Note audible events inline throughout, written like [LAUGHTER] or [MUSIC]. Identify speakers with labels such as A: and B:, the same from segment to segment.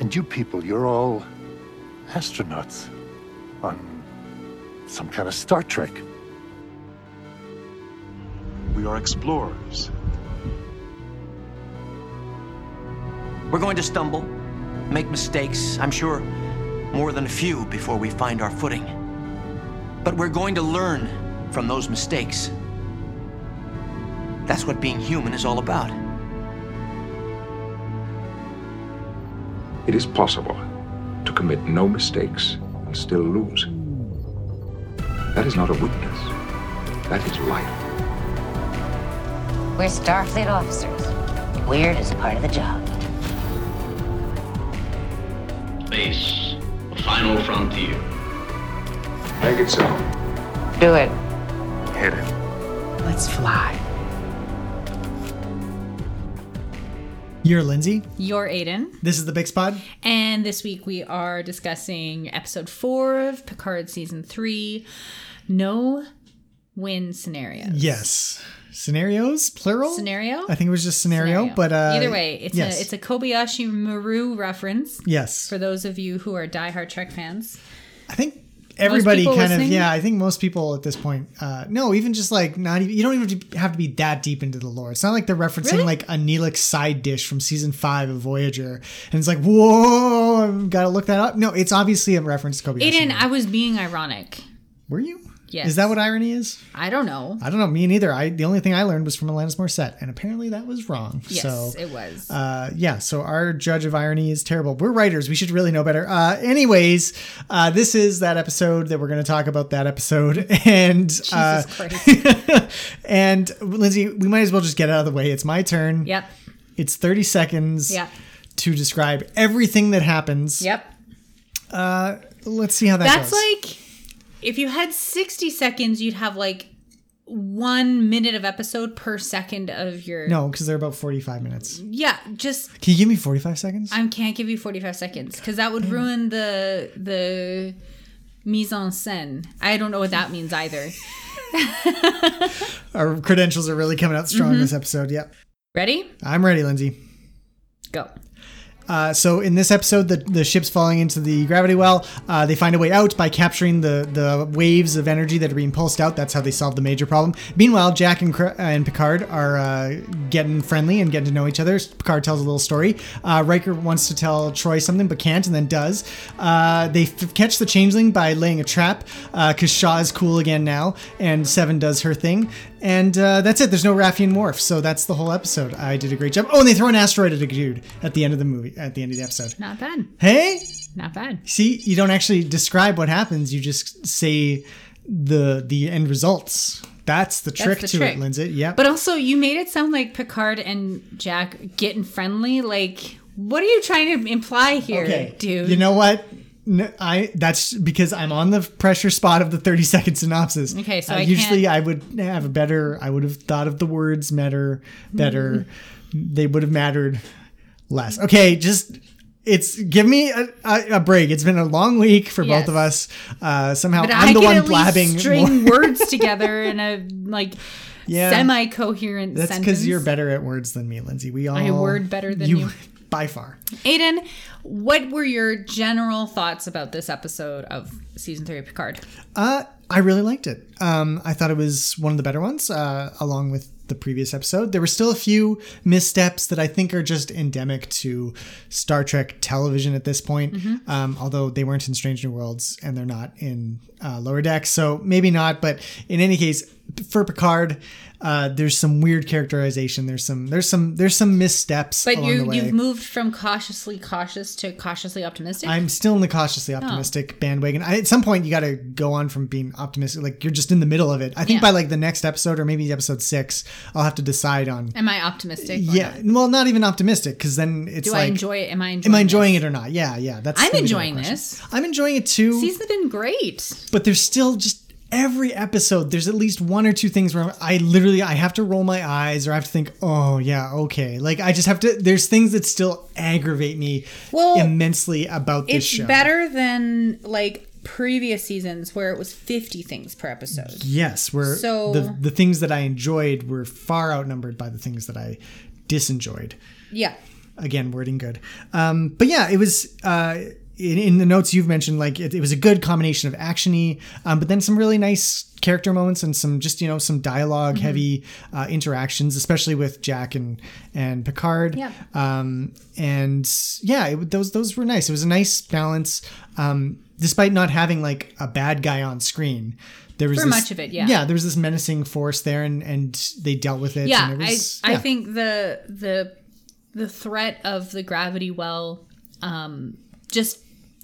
A: And you people, you're all astronauts on some kind of Star Trek.
B: We are explorers.
C: We're going to stumble, make mistakes, I'm sure more than a few before we find our footing. But we're going to learn from those mistakes. That's what being human is all about.
D: It is possible to commit no mistakes and still lose. That is not a weakness. That is life.
E: We're Starfleet officers. Weird is part of the job.
F: Space, the final frontier.
D: Make it so.
E: Do it.
D: Hit it.
G: Let's fly.
H: You're Lindsay.
I: You're Aiden.
H: This is the Big Spot.
I: And this week we are discussing episode four of Picard season three no win scenarios.
H: Yes. Scenarios, plural.
I: Scenario?
H: I think it was just scenario, but uh,
I: Either way, it's,
H: yes.
I: a, it's a Kobayashi Maru reference
H: yes.
I: for those of you who are diehard Trek fans.
H: I think everybody
I: people
H: kind of
I: listening?
H: yeah. I think most people at this point, uh, no, even just like not even you don't even have to- have to be that deep into the lore. It's not like they're referencing
I: Really?
H: like a Neelix side dish from season five of Voyager, and it's like whoa, I've got to look that up. No, it's obviously a reference to Kobayashi.
I: Aiden,
H: Maru.
I: I was being ironic.
H: were you?
I: Yes.
H: Is that what irony is?
I: I don't know.
H: I don't know. Me neither. I the only thing I learned was from Alanis Morissette, and apparently that was wrong.
I: Yes,
H: so
I: it was.
H: uh, yeah, so our judge of irony is terrible. We're writers; we should really know better. Uh, anyways, uh, this is that episode that we're going to talk about. That episode, [LAUGHS] and uh, [LAUGHS]
I: Jesus Christ.
H: and Lindsay, we might as well just get out of the way. It's my turn.
I: Yep.
H: It's thirty seconds.
I: Yep.
H: To describe everything that happens.
I: Yep.
H: Let's see how that
I: That's
H: goes.
I: like if you had 60 seconds, you'd have like one minute of episode per second of your.
H: no, because they're about forty-five minutes.
I: Yeah, just
H: Can you give me forty-five seconds?
I: I can't give you 45 seconds because that would ruin the the mise en scène. I don't know what that means either.
H: Our credentials are really coming out strong
I: Mm-hmm.
H: this episode. Yep.
I: Ready?
H: I'm ready, Lindsay.
I: Go.
H: Uh, so in this episode, the, the ship's falling into the gravity well. Uh, they find a way out by capturing the, the waves of energy that are being pulsed out. That's how they solve the major problem. Meanwhile, Jack and, Cr- and Picard are uh, getting friendly and getting to know each other. Picard tells a little story. Uh, Riker wants to tell Troy something but can't and then does. Uh, they f- catch the changeling by laying a trap because Shaw is cool again now and Seven does her thing. And uh, that's it. There's no Raffian Wharf, so that's the whole episode. I did a great job. Oh, and they throw an asteroid at a dude at the end of the movie, at the end of the episode.
I: Not bad.
H: Hey,
I: Not bad.
H: see, you don't actually describe what happens. You just say the the end results. That's the trick
I: the
H: to
I: trick.
H: it, Lindsay. Yep.
I: But also, you made it sound like Picard and Jack getting friendly. Like, what are you trying to imply here, dude?
H: You know what? No, I that's because I'm on the pressure spot of the 30 [LAUGHS] second synopsis.
I: Okay, so
H: Uh,
I: I
H: usually
I: can't-
H: I would have a better. I would have thought of the words better, better.
I: Mm-hmm.
H: they would have mattered less. Okay, just it's give me a, a, a break. It's been a long week for both
I: Yes.
H: of us. Uh, somehow
I: But
H: I'm
I: I
H: the
I: can
H: one
I: at
H: blabbing.
I: least
H: more.
I: string words together in a like
H: Yeah.
I: semi-coherent
H: [LAUGHS] That's
I: sentence.
H: because you're better at words than me, Lindsay. We all
I: word better than you.
H: [LAUGHS] by far.
I: Aiden, what were your general thoughts about this episode of season three of Picard?
H: Uh, I really liked it. Um, I thought it was one of the better ones, uh, along with the previous episode. There were still a few missteps that I think are just endemic to Star Trek television at this point.
I: Mm-hmm.
H: Um, although they weren't in Strange New Worlds and they're not in uh, Lower Decks, so maybe not. But in any case, for Picard, uh, there's some weird characterization. There's some there's some there's some missteps.
I: But
H: along the
I: you
H: way.
I: you've moved from cautiously cautious to cautiously optimistic.
H: I'm still in the
I: Oh.
H: cautiously optimistic bandwagon. I, at some point, you got to go on from being optimistic. Like you're just in the middle of it. I think
I: Yeah.
H: by like the next episode or maybe episode six, I'll have to decide on.
I: Am I optimistic? or
H: Yeah,
I: not?
H: well, not even optimistic because then it's
I: Do
H: like,
I: I enjoy it? Am I enjoying
H: am I enjoying
I: this?
H: it or not? Yeah, yeah. That's
I: I'm
H: the real
I: enjoying
H: question.
I: this.
H: I'm enjoying it too
I: Season's been great.
H: but there's still just every episode there's at least one or two things where i literally i have to roll my eyes or i have to think oh yeah okay like i just have to there's things that still aggravate me
I: Well,
H: immensely about this
I: It's
H: show
I: better than like previous seasons where it was 50 things per episode.
H: yes where
I: So-
H: the, the things that i enjoyed were far outnumbered by the things that i disenjoyed
I: Yeah.
H: Again, wording good. Um, but yeah, it was. Uh, in, in the notes you've mentioned, like it, it was a good combination of actiony, um, but then some really nice character moments and some just you know some dialogue
I: Mm-hmm.
H: heavy uh, interactions, especially with Jack and and Picard.
I: Yeah.
H: Um, and yeah, it, those those were nice. It was a nice balance, um, despite not having like a bad guy on screen. There was
I: For
H: this-
I: much of it, yeah.
H: Yeah, there was this menacing force there, and and they dealt with it.
I: yeah,
H: and it was,
I: I, I
H: yeah.
I: think the the the threat of the gravity well, um, just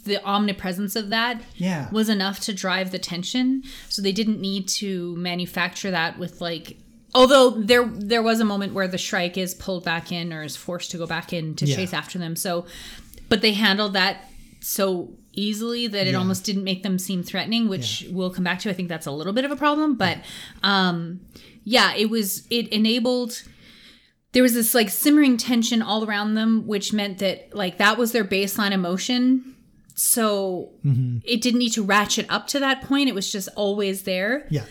I: the omnipresence of that
H: Yeah.
I: was enough to drive the tension. So they didn't need to manufacture that with like. Although there there was a moment where the Shrike is pulled back in or is forced to go back in to
H: Yeah.
I: chase after them. So, but they handled that so easily that it almost didn't make them seem threatening, which we'll come back to. I think that's a little bit of a problem, but um, yeah, it was it enabled there was this like simmering tension all around them, which meant that like that was their baseline emotion. So
H: Mm-hmm.
I: it didn't need to ratchet up to that point. It was just always there.
H: yeah,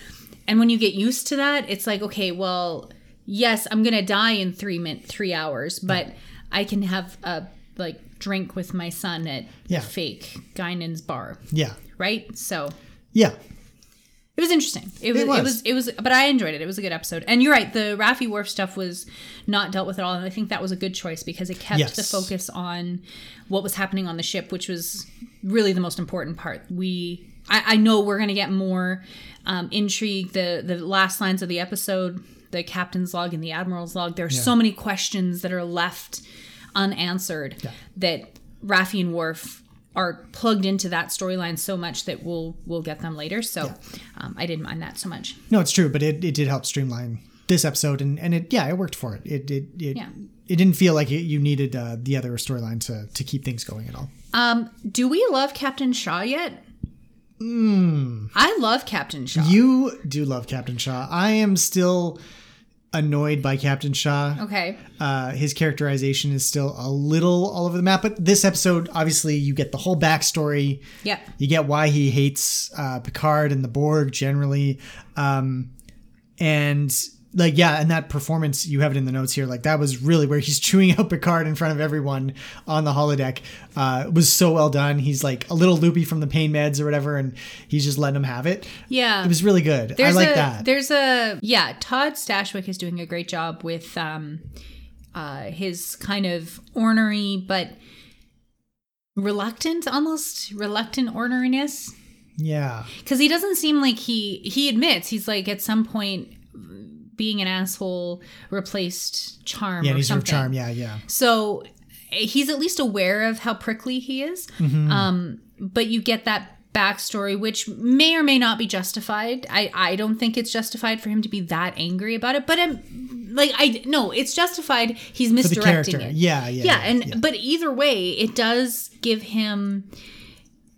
I: And when you get used to that, it's like, okay, well, yes, I'm gonna die in three min three hours, but I can have a like drink with my son at
H: Yeah.
I: fake Guinan's bar.
H: yeah,
I: Right? So
H: yeah,
I: it was interesting. It was, it
H: was.
I: was. It was. But I enjoyed it. It was a good episode. And you're right. The Raffi Wharf stuff was not dealt with at all, and I think that was a good choice because it kept
H: Yes.
I: the focus on what was happening on the ship, which was really the most important part. We. I, I know we're going to get more um, intrigue. The the last lines of the episode, the captain's log and the admiral's log. There are so many questions that are left unanswered that Raffi and Worf are plugged into that storyline so much that we'll we'll get them later. So um, I didn't mind that so much.
H: No, it's true, but it, it did help streamline this episode, and, and it yeah, it worked for it. It it it,
I: Yeah.
H: it didn't feel like it, you needed uh, the other storyline to to keep things going at all.
I: Um, do we love Captain Shaw yet? I love Captain Shaw.
H: Hmm. You do love Captain Shaw. I am still annoyed by Captain Shaw.
I: okay.
H: Uh, his characterization is still a little all over the map, but this episode, obviously, you get the whole backstory.
I: Yep.
H: You get why he hates uh, Picard and the Borg generally. Um, and like, yeah, and that performance, you have it in the notes here. Like, that was really where he's [LAUGHS] chewing out Picard in front of everyone on the holodeck. Uh, it was so well done. He's like a little loopy from the pain meds or whatever, and he's just letting him have it.
I: Yeah.
H: It was really good.
I: There's
H: I like
I: a,
H: that.
I: There's a yeah. Todd Stashwick is doing a great job with um, uh, his kind of ornery but reluctant, almost reluctant orneriness.
H: yeah.
I: because he doesn't seem like he he admits he's like at some point being an asshole replaced charm
H: Yeah,
I: or
H: and he's sort
I: something.
H: of charm. Yeah, yeah.
I: So he's at least aware of how prickly he is.
H: Mm-hmm.
I: Um, but you get that backstory, which may or may not be justified. I, I don't think it's justified for him to be that angry about it. But I'm like I no, it's justified. He's
H: For the
I: misdirecting
H: character.
I: it
H: Yeah, yeah.
I: yeah and but either way it does give him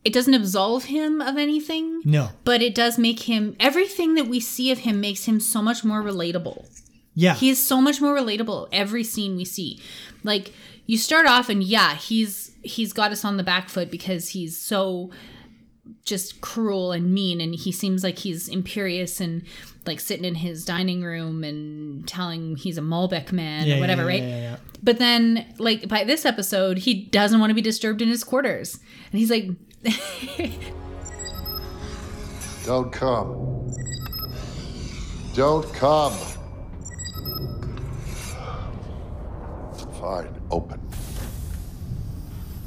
I: it doesn't absolve him of anything
H: No.
I: but it does make him everything that we see of him makes him so much more relatable
H: yeah.
I: he is so much more relatable every scene we see like you start off and yeah he's he's got us on the back foot because he's so just cruel and mean and he seems like he's imperious and like sitting in his dining room and telling he's a Malbec man
H: Yeah,
I: or
H: yeah,
I: whatever
H: yeah,
I: right
H: yeah, yeah.
I: but then, like by this episode, he doesn't want to be disturbed in his quarters, and he's like, [LAUGHS]
A: Don't come. Don't come. Fine, open.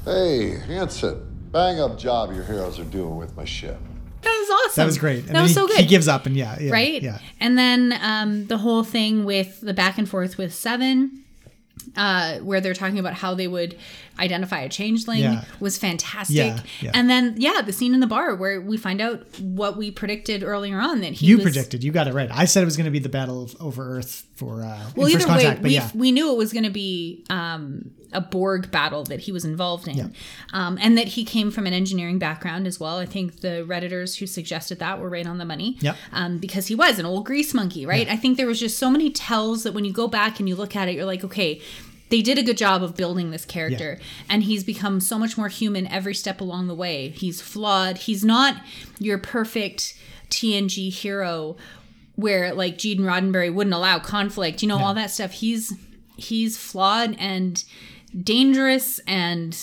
A: Hey, Hanson, bang up job your heroes are doing with my ship.
I: "That was awesome.
H: That was great. And
I: that
H: then
I: was
H: he,
I: so good."
H: He gives up and yeah, yeah
I: right?
H: Yeah.
I: And then um, the whole thing with the back and forth with Seven, uh, where they're talking about how they would identify a changeling,
H: Yeah.
I: was fantastic.
H: Yeah, yeah.
I: And then, yeah, the scene in the bar where we find out what we predicted earlier on that he
H: You
I: was-
H: predicted. You got it right. I said it was going to be the battle of over Earth for uh, in
I: Well,
H: first
I: either
H: contact,
I: way,
H: but
I: we,
H: yeah,
I: we knew it was going to be um, a Borg battle that he was involved in, um, and that he came from an engineering background as well. I think the redditors who suggested that were right on the money.
H: Yep.
I: Um, because he was an old grease monkey, right? I think there was just so many tells that when you go back and you look at it, you're like, okay. They did a good job of building this character, and he's become so much more human every step along the way. He's flawed. He's not your perfect TNG hero where like Gene Roddenberry wouldn't allow conflict, you know, all that stuff. He's he's flawed and dangerous and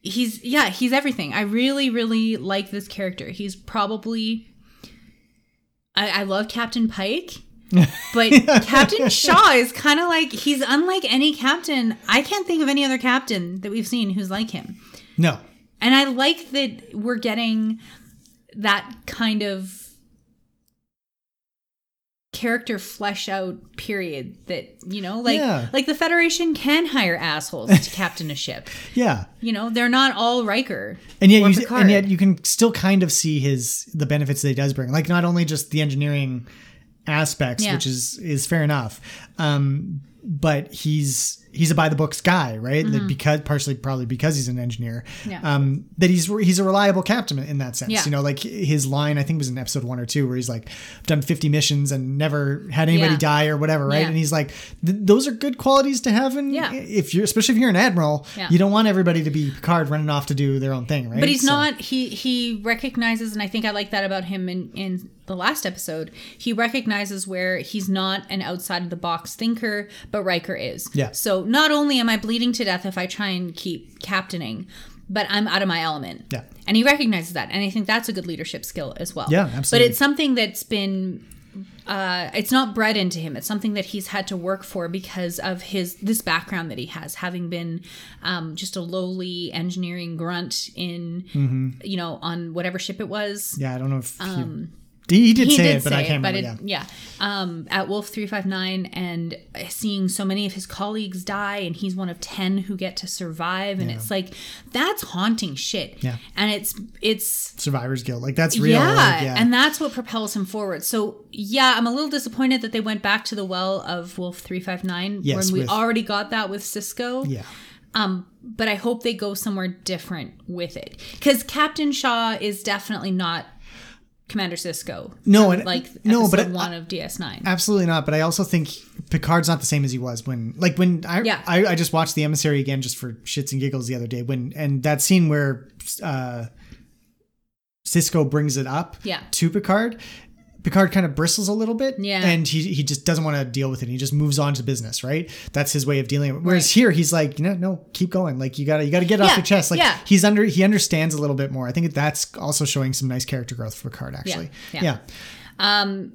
I: he's yeah he's everything i really really like this character he's probably i, I love captain pike but captain shaw is kind of like he's unlike any captain i can't think of any other captain that we've seen who's like him
H: No.
I: and I like that we're getting that kind of character flesh out period that you know like
H: Yeah.
I: like the federation can hire assholes to captain a ship
H: Yeah.
I: you know they're not all riker
H: And
I: or
H: yet, you,
I: Picard.
H: and yet you can still kind of see his the benefits that he does bring. Like not only just the engineering aspects,
I: Yeah.
H: which is is fair enough, um, but he's he's a by the books guy, right? Like because partially probably because he's an engineer,
I: Mm-hmm. Yeah.
H: um, that he's he's a reliable captain in that sense.
I: Yeah.
H: You know, like his line I think was in episode one or two where he's like, "I've done fifty missions and never had anybody
I: Yeah.
H: die or whatever," right?
I: Yeah.
H: And he's like, "Th- "Those are good qualities to have." And
I: Yeah.
H: if you're especially if you're an admiral,
I: Yeah.
H: you don't want everybody to be Picard running off to do their own thing, right?
I: but he's
H: So-
I: not he he recognizes and i think i like that about him in in the last episode he recognizes where he's not an outside of the box thinker but riker is
H: Yeah.
I: so not only am i bleeding to death if i try and keep captaining but i'm out of my element
H: Yeah.
I: and he recognizes that and i think that's a good leadership skill as well
H: Yeah, absolutely.
I: but it's something that's been uh, it's not bred into him. It's something that he's had to work for because of his this background that he has, having been um, just a lowly engineering grunt in
H: Mm-hmm.
I: you know on whatever ship it was.
H: Yeah, I don't know if he, he did
I: um, He
H: say
I: did
H: it, but
I: say
H: I can't
I: it, but
H: remember.
I: it- yeah. Um, at Wolf three five nine, and seeing so many of his colleagues die, and he's one of ten who get to survive, and it's like that's haunting shit.
H: Yeah.
I: and it's it's
H: yeah. Survivor's guilt, like that's real.
I: yeah,
H: like, yeah.
I: and that's what propels him forward. So yeah, I'm a little disappointed that they went back to the well of Wolf three five nine
H: Yes,
I: when we
H: with-
I: already got that with Cisco.
H: yeah,
I: But I hope they go somewhere different with it because Captain Shaw is definitely not Commander Cisco.
H: No, and-
I: like
H: no, but
I: episode
H: I-
I: one of DS nine.
H: absolutely not. But I also think Picard's not the same as he was when, like when I,
I: Yeah.
H: I, I just watched The Emissary again just for shits and giggles the other day when, and that scene where uh, Cisco brings it up,
I: Yeah.
H: to Picard. Picard kind of bristles a little bit,
I: Yeah.
H: and he he just doesn't want to deal with it. He just moves on to business, right? That's his way of dealing. with it. Whereas here, he's like, you know, no, keep going. Like you gotta you gotta get it off
I: Yeah,
H: your chest. Like
I: yeah.
H: he's under he understands a little bit more. I think that's also showing some nice character growth for Picard, actually.
I: yeah. Um,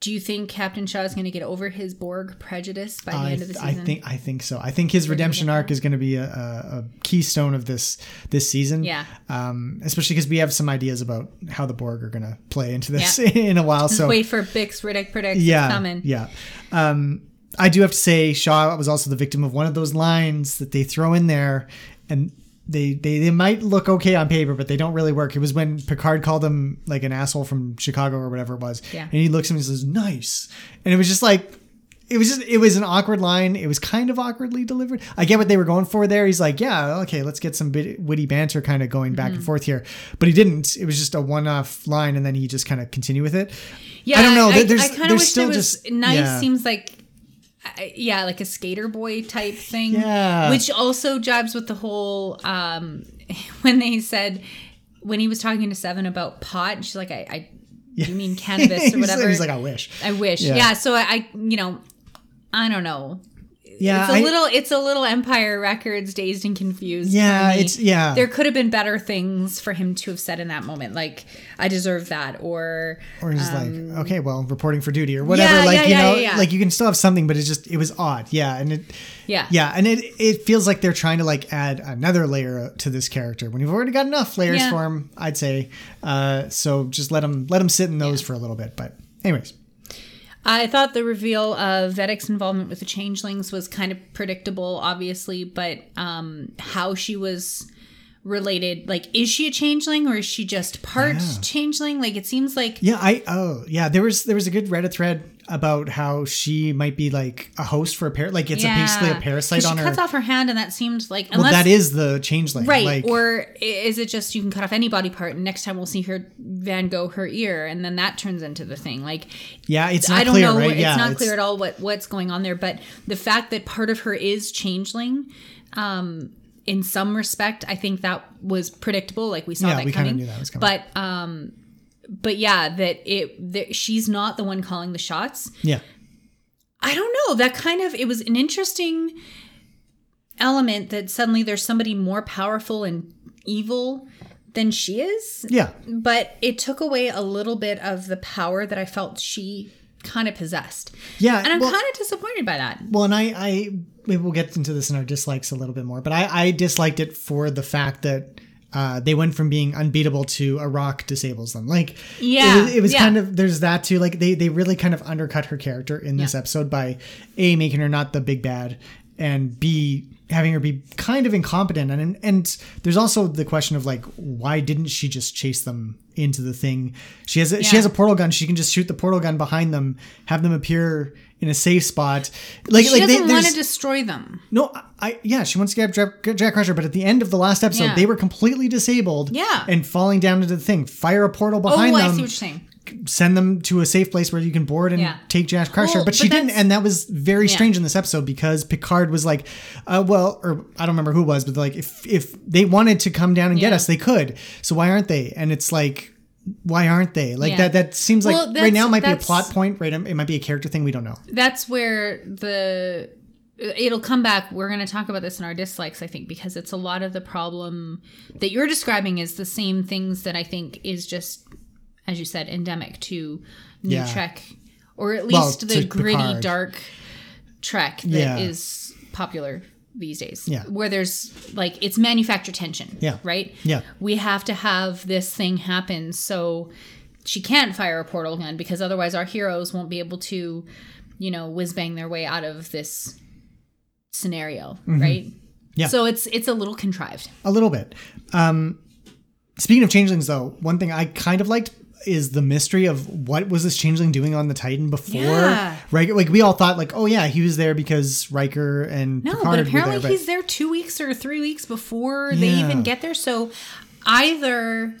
I: Do you think Captain Shaw is going to get over his Borg prejudice by the
H: I,
I: end of the
H: I
I: season?
H: think I think so. I think his redemption arc is going to be a, a, a keystone of this this season.
I: Yeah.
H: Um, especially because we have some ideas about how the Borg are going to play into this
I: Yeah.
H: [LAUGHS] in a while. So
I: [LAUGHS] Wait for Bix Riddick predicts
H: yeah,
I: coming.
H: yeah. Um, I do have to say Shaw was also the victim of one of those lines that they throw in there, and they they, they might look okay on paper, but they don't really work. It was when Picard called him like an asshole from Chicago or whatever it was,
I: Yeah.
H: and he looks at him and says nice, and it was just like. It was just, it was an awkward line. It was kind of awkwardly delivered. I get what they were going for there. He's like, yeah, okay, let's get some bit witty banter kind of going back
I: Mm-hmm.
H: and forth here. But he didn't. It was just a one off line and then he just kind of continued with it.
I: Yeah,
H: I don't know.
I: I,
H: There- there's-
I: I kind
H: there's
I: of wish
H: still
I: there was
H: just-
I: nice.
H: yeah. [LAUGHS]
I: Seems like, I- yeah, like a skater boy type thing.
H: Yeah.
I: which also jibes with the whole um, [LAUGHS] when they said when he was talking to Seven about pot, and she's like, I, I you mean
H: [LAUGHS]
I: cannabis
H: He's-
I: or whatever.
H: He's like, I wish.
I: I wish.
H: Yeah.
I: Yeah. So I, I, you know, I don't know.
H: Yeah,
I: It's a
H: I-
I: little. It's a little Empire Records, dazed and confused.
H: Yeah,
I: for me.
H: it's- yeah.
I: There could have been better things for him to have said in that moment, like "I deserve that," or
H: Or he's like, okay, well, reporting for duty or whatever.
I: um, yeah,
H: like
I: yeah,
H: you
I: yeah,
H: know,
I: yeah, yeah.
H: like you can still have something, but it's just it was odd. Yeah, and it,
I: yeah,
H: yeah, and it it feels like they're trying to like add another layer to this character when you've already got enough layers
I: Yeah.
H: for him. I'd say, uh, so just let him let him sit in those for a little bit. But anyways,
I: I thought the reveal of Vedek's involvement with the changelings was kind of predictable, obviously, but um, how she was related like is she a changeling or is she just part changeling like it seems like
H: yeah, I oh yeah, there was there was a good Reddit thread about how she might be like a host for a parasite. Like it's a, basically a
I: 'Cause
H: parasite
I: she
H: on her.
I: cuts off her hand and that seemed like
H: well,
I: unless
H: that is the changeling,
I: right
H: Like,
I: or i- is it just you can cut off any body part and next time we'll see her van gogh her ear and then that turns into the thing like
H: yeah, it's not
I: I don't
H: clear,
I: know.
H: right?
I: It's
H: yeah,
I: not clear at all what what's going on there. But the fact that part of her is changeling, um, in some respect, I think that was predictable. Like we saw
H: Yeah,
I: that
H: we kinda
I: coming.
H: knew that was coming.
I: But um, but yeah, that it that she's not the one calling the shots.
H: Yeah.
I: I don't know. That kind of it was an interesting element that suddenly there's somebody more powerful and evil than she is
H: Yeah.
I: but it took away a little bit of the power that I felt she kind of possessed.
H: Yeah.
I: And I'm
H: well-
I: kind of disappointed by that.
H: Well, and I, I maybe we'll get into this in our dislikes a little bit more, but I, I disliked it for the fact that uh, they went from being unbeatable to a rock disables them. Like,
I: Yeah,
H: it was, it was
I: yeah.
H: kind of there's that too. Like they they really kind of undercut her character in this episode by a making her not the big bad and b having her be kind of incompetent and and there's also the question of like why didn't she just chase them into the thing she has a, she
I: Yeah.
H: has a portal gun she can just shoot the portal gun behind them have them appear in a safe spot like
I: She
H: like
I: doesn't
H: they,
I: want
H: there's-
I: to destroy them.
H: no, I- I yeah, she wants to get Jack, get Jack Crusher, but at the end of the last episode,
I: Yeah.
H: they were completely disabled.
I: Yeah.
H: and falling down into the thing. Fire a portal
I: Oh,
H: behind
I: I see
H: them.
I: what you're saying.
H: Send them to a safe place where you can board and
I: Yeah.
H: take Jack Crusher.
I: Well,
H: but she
I: but
H: didn't,
I: that's-
H: and that was very strange in this episode because Picard was like, uh, "Well," or I don't remember who it was, but like if if they wanted to come down and get
I: Yeah.
H: us, they could. So why aren't they? And it's like. Why aren't they like
I: Yeah.
H: that? That seems like
I: Well,
H: right
I: that's-
H: now it might be a
I: that's-
H: plot point. Right, it might be a character thing. We don't know.
I: That's where the it'll come back. We're going to talk about this in our dislikes, I think, because it's a lot of the problem that you're describing is the same things that I think is just, as you said, endemic to New
H: Yeah.
I: Trek, or at
H: Well,
I: least the
H: to
I: gritty,
H: Picard.
I: dark Trek that is
H: Yeah.
I: popular these days.
H: Yeah.
I: Where there's like it's manufactured tension.
H: Yeah.
I: Right.
H: Yeah.
I: We have to have this thing happen so she can't fire a portal gun because otherwise our heroes won't be able to, you know, whiz bang their way out of this scenario, right?
H: Mm-hmm. Yeah.
I: So it's it's a little contrived.
H: A little bit. Um, speaking of changelings, though, one thing I kind of liked is the mystery of what was this changeling doing on the Titan before
I: Yeah.
H: Riker? Like we all thought, like, oh yeah, he was there because Riker and
I: No,
H: Picard
I: but apparently
H: were there.
I: he's there two weeks or three weeks before they
H: Yeah.
I: even get there. So either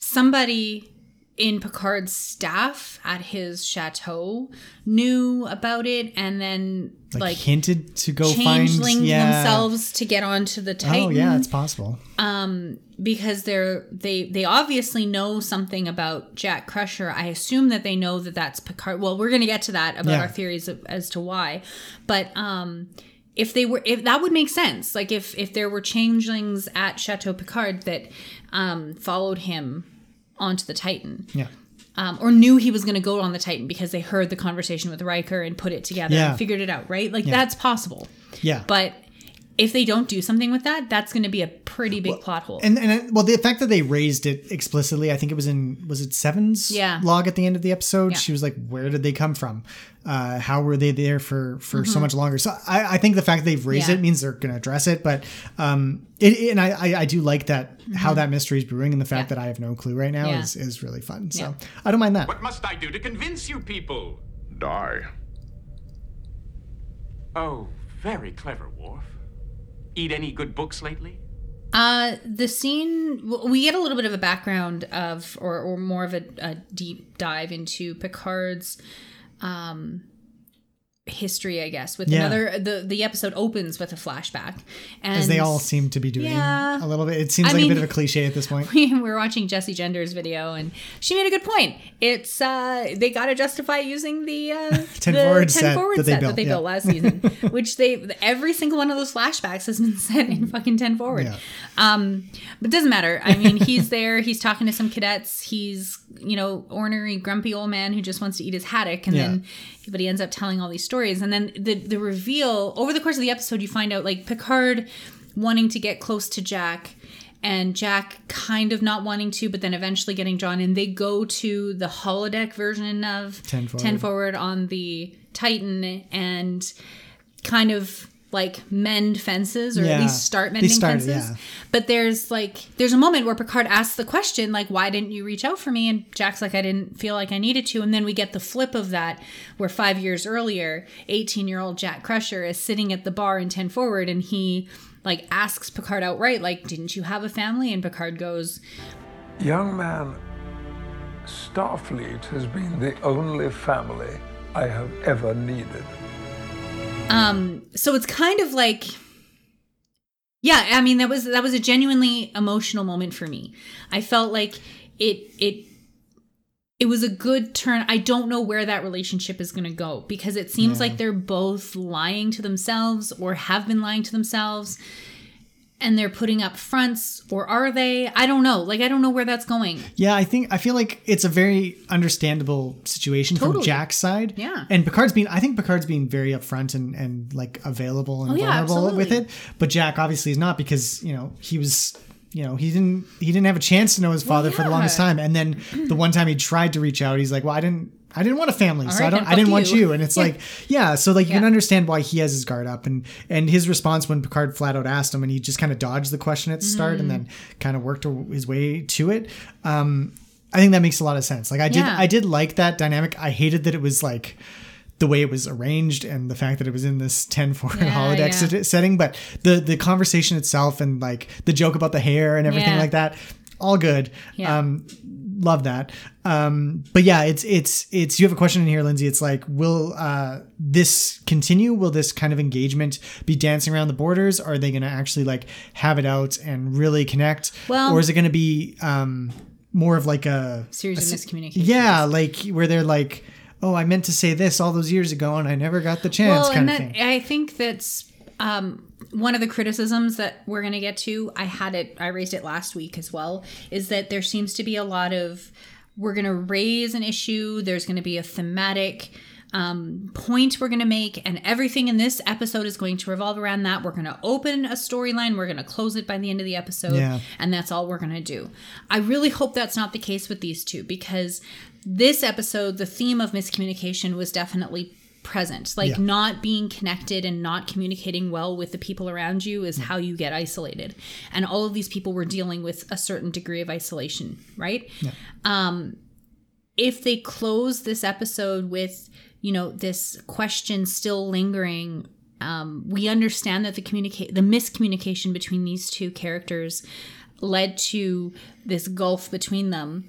I: somebody in Picard's staff at his chateau knew about it and then
H: like,
I: like,
H: hinted to go find
I: changeling
H: yeah.
I: themselves to get onto the Titan
H: Oh yeah, it's possible.
I: because they're they they obviously know something about Jack Crusher. I assume that they know that that's Picard. Well, we're going to get to that about
H: Yeah.
I: our theories of, as to why, but um if they were if that would make sense. Like if if there were changelings at Chateau Picard that um followed him onto the Titan.
H: Yeah.
I: Um, or knew he was going to go on the Titan because they heard the conversation with Riker and put it together
H: Yeah.
I: and figured it out, right? Like that's possible.
H: Yeah.
I: But if they don't do something with that, that's going to be a pretty big plot hole.
H: and and I- well, the fact that they raised it explicitly, I think it was in was it Seven's
I: Yeah.
H: log at the end of the episode.
I: Yeah.
H: She was like, "Where did they come from? Uh, how were they there for for so much longer?" So I, I think the fact that they've raised
I: Mm-hmm. Yeah.
H: it means they're going to address it. But um, it, it- and I, I I do like that how that mystery is brewing and the fact
I: Mm-hmm. Yeah.
H: that I have no clue right now
I: Yeah.
H: is is really fun. So
I: Yeah.
H: I don't mind that.
G: What must I do to convince you people?
D: Die.
G: Oh, very clever, Worf. Eat any good books lately?
I: Uh, the scene w- we get a little bit of a background of, or, or more of a, a deep dive into Picard's um, history, I guess. With
H: Yeah.
I: another, the the episode opens with a flashback, and
H: As they all seem to be doing
I: Yeah.
H: a little bit. It seems
I: I
H: like a
I: mean-
H: bit of a cliche at this point.
I: [LAUGHS] we were watching Jesse Genders video, and she made a good point. It's uh, they got to justify using the uh,
H: [LAUGHS] Ten
I: the
H: forward set that they
I: set
H: built,
I: that they
H: yeah.
I: built last
H: [LAUGHS]
I: season, which they every single one of those flashbacks has been [LAUGHS] set in fucking ten forward.
H: Yeah.
I: Um, but it doesn't matter. I mean, he's there. He's talking to some cadets. He's you know ornery, grumpy old man who just wants to eat his haddock, and
H: Yeah.
I: then but he ends up telling all these stories, and then the the reveal over the course of the episode, you find out like Picard wanting to get close to Jack. And Jack kind of not wanting to, but then eventually getting drawn in. They go to the holodeck version of
H: Ten Forward.
I: Ten Forward on the Titan and kind of like mend fences or
H: Yeah.
I: at least start
H: They
I: mending
H: started,
I: fences.
H: yeah.
I: But there's like there's a moment where Picard asks the question like why didn't you reach out for me and Jack's like I didn't feel like I needed to and then we get the flip of that where 5 years earlier 18-year-old Jack Crusher is sitting at the bar in 10 forward and he like asks Picard outright like didn't you have a family and Picard goes
J: Young man, Starfleet has been the only family I have ever needed.
I: um so it's kind of like yeah i mean that was that was a genuinely emotional moment for me i felt like it it it was a good turn. I don't know where that relationship is going to go because it seems like they're both lying to themselves or have been lying to themselves and they're putting up fronts or are they? I don't know. Like I don't know where that's going.
H: Yeah, I think I feel like it's a very understandable situation from
I: Totally.
H: Jack's side.
I: Yeah.
H: and Picard's being I think Picard's being very upfront and and like available and
I: Oh, yeah,
H: vulnerable with it.
I: absolutely.
H: But Jack obviously is not because you know he was you know he didn't he didn't have a chance to know his father for the
I: yeah.
H: longest time. And then the one time he tried to reach out, he's like, well, I didn't. I didn't want a family, so
I: right,
H: I don't.
I: then
H: I didn't
I: fuck
H: want
I: you.
H: you, and it's like, yeah. So like, you can
I: Yeah.
H: understand why he has his guard up, and and his response when Picard flat out asked him, and he just kind of dodged the question at the start,
I: Mm.
H: and then kind of worked his way to it. Um, I think that makes a lot of sense. Like I did,
I: Yeah.
H: I did like that dynamic. I hated that it was like the way it was arranged and the fact that it was in this [LAUGHS] 10 4
I: Yeah,
H: holodeck
I: yeah.
H: sit- setting but the the conversation itself and like the joke about the hair and everything
I: Yeah.
H: like that all good
I: Yeah.
H: um love that um but yeah it's it's it's you have a question in here lindsay it's like will uh this continue will this kind of engagement be dancing around the borders are they going to actually like have it out and really connect
I: Well-
H: or is it going to be um more of like a
I: Series of miscommunications.
H: yeah like where they're like oh i meant to say this all those years ago and i never got the chance
I: well,
H: kind
I: and
H: of
I: that
H: thing
I: I think that's um, one of the criticisms that we're going to get to. I had it, I raised it last week as well, is that there seems to be a lot of we're going to raise an issue, there's going to be a thematic um, point we're going to make, and everything in this episode is going to revolve around that. We're going to open a storyline, we're going to close it by the end of the episode,
H: Yeah.
I: and that's all we're going to do. I really hope that's not the case with these two because this episode, the theme of miscommunication was definitely present. Like,
H: Yeah.
I: not being connected and not communicating well with the people around you is how you get isolated. And all of these people were dealing with a certain degree of isolation, right? if they close this episode with you know this question still lingering um, we understand that the communicate the miscommunication between these two characters led to this gulf between them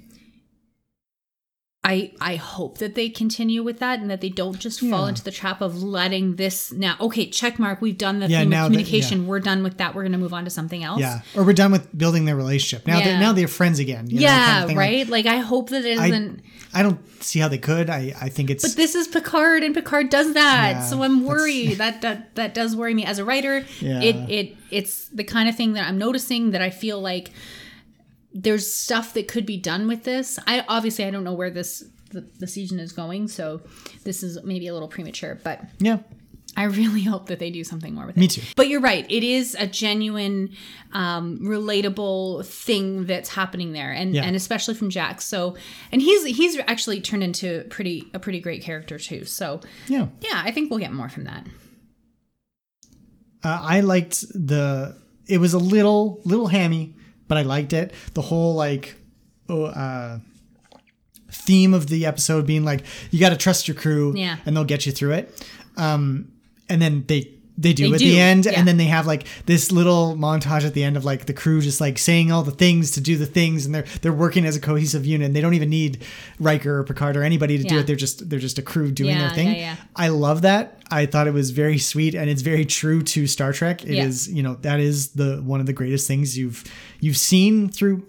I: I, I hope that they continue with that and that they don't just fall
H: Yeah.
I: into the trap of letting this now okay check mark we've done the
H: Yeah,
I: theme
H: now
I: of
H: that- yeah.
I: communication we're done with that we're going to move on to something else
H: yeah or we're done with building their relationship now they're
I: Yeah.
H: now they're friends again you know, kind
I: yeah
H: of thing.
I: right like I hope that it
H: I-
I: isn't
H: i don't see how they could i i think it's
I: But this is Picard, and Picard does that,
H: Yeah,
I: so
H: that's-
I: I'm worried. that that that does worry me as a writer.
H: Yeah.
I: It it it's the kind of thing that I'm noticing that I feel like there's stuff that could be done with this. I obviously I don't know where this the, the season is going, so this is maybe a little premature. But
H: yeah
I: I really [LAUGHS] hope that they do something more with it.
H: Me too.
I: But you're right. It is a genuine, um, relatable thing that's happening there, and
H: Yeah.
I: and especially from Jack. So, and he's he's actually turned into pretty a pretty great character too. So,
H: yeah
I: yeah, I think we'll get more from that.
H: Uh, I liked the. It was a little little hammy, but I liked it. The whole like, oh, uh, theme of the episode being like, you got to trust your crew,
I: Yeah.
H: and they'll get you through it. Um, and then they they do
I: They
H: at
I: do,
H: the end,
I: yeah.
H: and then they have like this little montage at the end of like the crew just like saying all the things to do the things, and they're they're working as a cohesive unit. And they don't even need Riker or Picard or anybody to do
I: Yeah.
H: it. They're just they're just a crew doing
I: Yeah,
H: their thing.
I: yeah, yeah.
H: I love that. I thought it was very sweet and it's very true to Star Trek. It is,
I: Yeah.
H: you know, that is the one of the greatest things you've you've seen through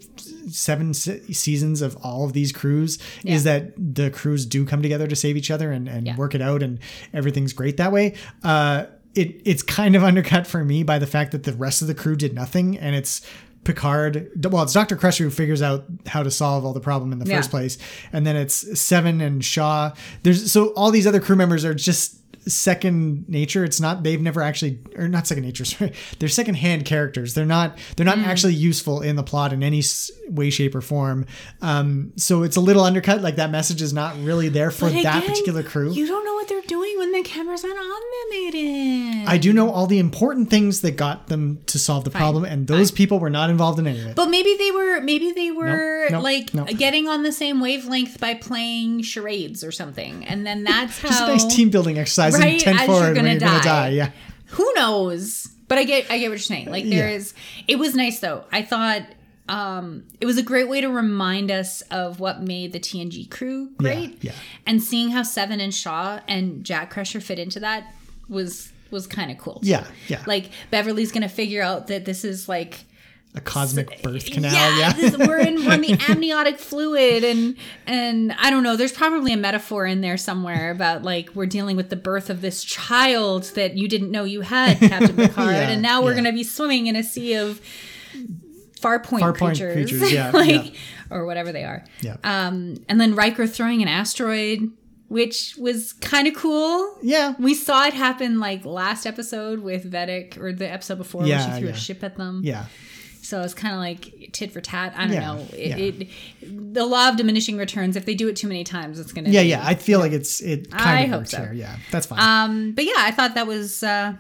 H: seven se- seasons of all of these crews is that the crews do come together to save each other and, and
I: Yeah.
H: work it out and everything's great that way. Uh it it's kind of [LAUGHS] undercut for me by the fact that the rest of the crew did nothing and it's Picard, well, it's Dr. Crusher who figures out how to solve all the problem in the
I: Yeah.
H: first place place. And then it's Seven and Shaw. There's so all these other crew members are just second nature. It's not they've never actually or not second nature. [LAUGHS] Sorry, they're second hand characters. They're not they're
I: Mm.
H: not actually useful in the plot in any s- way, shape, or form. Um, so it's a little undercut. Like that message is not really there for
I: But
H: that
I: again,
H: particular crew.
I: You don't know what they're doing when the camera's not on them, Aiden.
H: I do know all the important things that got them to solve the problem, and those people were not involved in any of it.
I: But maybe they were maybe they were
H: no,
I: like
H: no.
I: getting on the same wavelength by playing charades or something, and then that's how
H: Just a nice team building exercise and
I: Right,
H: ten
I: as you're
H: forward when
I: gonna
H: you're going to
I: die.
H: die. Yeah.
I: who knows but i get i get what you're saying like there
H: Yeah.
I: is it was nice though i thought um it was a great way to remind us of what made the tng crew great
H: yeah.
I: and seeing how seven and shaw and jack crusher fit into that was was kind of cool
H: Yeah. Yeah.
I: like beverly's gonna figure out that this is like
H: a cosmic birth canal.
I: yeah,
H: Yeah,
I: this- we're in we're
H: [LAUGHS]
I: in the amniotic fluid, and and I don't know. There's probably a metaphor in there somewhere about like we're dealing with the birth of this child that you didn't know
H: [LAUGHS]
I: you had, Captain Picard,
H: Yeah,
I: and now we're
H: yeah.
I: gonna be swimming in a sea of far point
H: Far point
I: creatures,
H: creatures,
I: [LAUGHS]
H: yeah,
I: like
H: yeah.
I: or whatever they are.
H: yeah.
I: Um, and then Riker throwing an asteroid, which was kind of cool.
H: yeah.
I: We saw it happen like last episode with Vedic, or the episode before where
H: Yeah,
I: she threw
H: yeah.
I: a ship at them.
H: Yeah.
I: So it's kind of like tit for tat. I don't
H: Yeah,
I: know. It,
H: yeah.
I: it the law of diminishing returns. If they do it too many times, it's gonna.
H: Yeah,
I: be-
H: yeah. I feel like it's it kind
I: I
H: of
I: hope
H: works
I: so.
H: here. Yeah, that's fine.
I: Um. But yeah, I thought that was. Uh,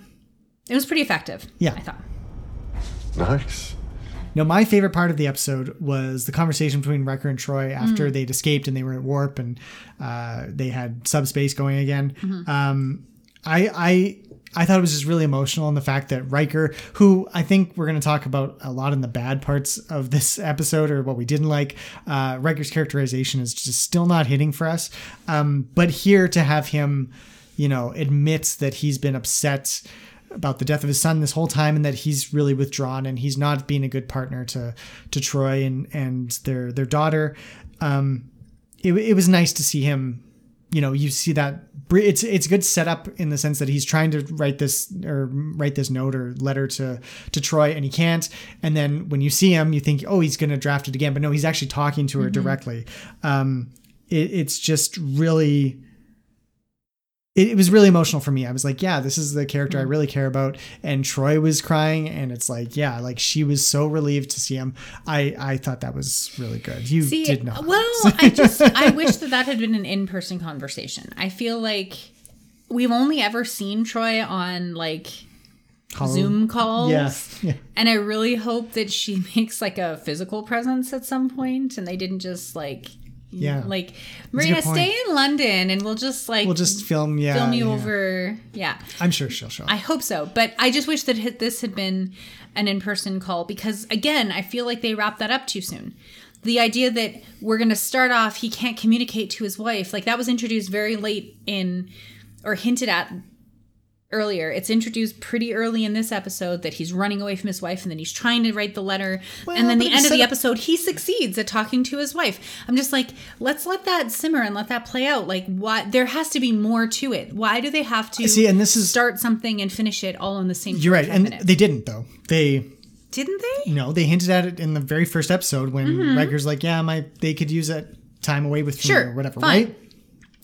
I: it was pretty effective.
H: Yeah.
I: I thought.
A: Nice.
H: no, my favorite part of the episode was the conversation between Riker and Troy after
I: Mm.
H: they'd escaped and they were at warp and uh, they had subspace going again.
I: Mm-hmm.
H: Um, I I I thought it was just really emotional in the fact that Riker, who I think we're going to talk about a lot in the bad parts of this [LAUGHS] episode or what we didn't like, uh, Riker's characterization is just still not hitting for us. Um, but here to have him, you know, admits that he's been upset about the death of his son this whole time and that he's really withdrawn and he's not being a good partner to to Troy and and their their daughter. Um, it, it was nice to see him you know you see that br- it's it's good setup in the sense that he's trying to write this or write this note or letter to to Troy and he can't and then when you see him you think oh he's going to draft it again but no he's actually talking to her
I: Mm-hmm.
H: directly um it, it's just really it, it was really emotional for me. I was like, yeah, this is the character
I: Mm-hmm.
H: I really care about. And Troy was crying, and it's like, yeah, like she was so relieved to see him. I I thought that was really good. You
I: See,
H: did not.
I: well, I just I wish that that had been an in person conversation. I feel like we've only ever seen Troy on like
H: Colin-
I: Zoom calls.
H: Yes. Yeah. [LAUGHS]
I: And I really hope that she [LAUGHS] makes like a physical presence at some point and they didn't just like
H: Yeah.
I: like
H: good
I: Marina
H: point.
I: stay in London and we'll just like
H: We'll just film. Yeah.
I: film you
H: yeah.
I: over yeah.
H: I'm sure she'll show.
I: I
H: up.
I: hope so, but I just wish that hit- this had been an in-person call because again, I feel like they wrapped that up too soon. The idea that we're going to start off he can't communicate to his wife, like that was introduced very late in or hinted at earlier. It's introduced pretty early in this episode that he's running away from his wife and then he's trying to write the letter. and then
H: but
I: the
H: it's
I: end of the
H: set up-
I: episode, he succeeds at talking to his wife. I'm just like, let's let that simmer and let that play out. Like, why? There has to be more to it. Why do they have to
H: See, and this is-
I: start something and finish it all in the same?
H: You're right,
I: 45
H: and
I: minutes?
H: they didn't though. They
I: didn't they?
H: you know they hinted at it in the very first episode when Riker's like, yeah, my they could use that time away with me
I: Mm-hmm. Sure,
H: or whatever,
I: fine.
H: right?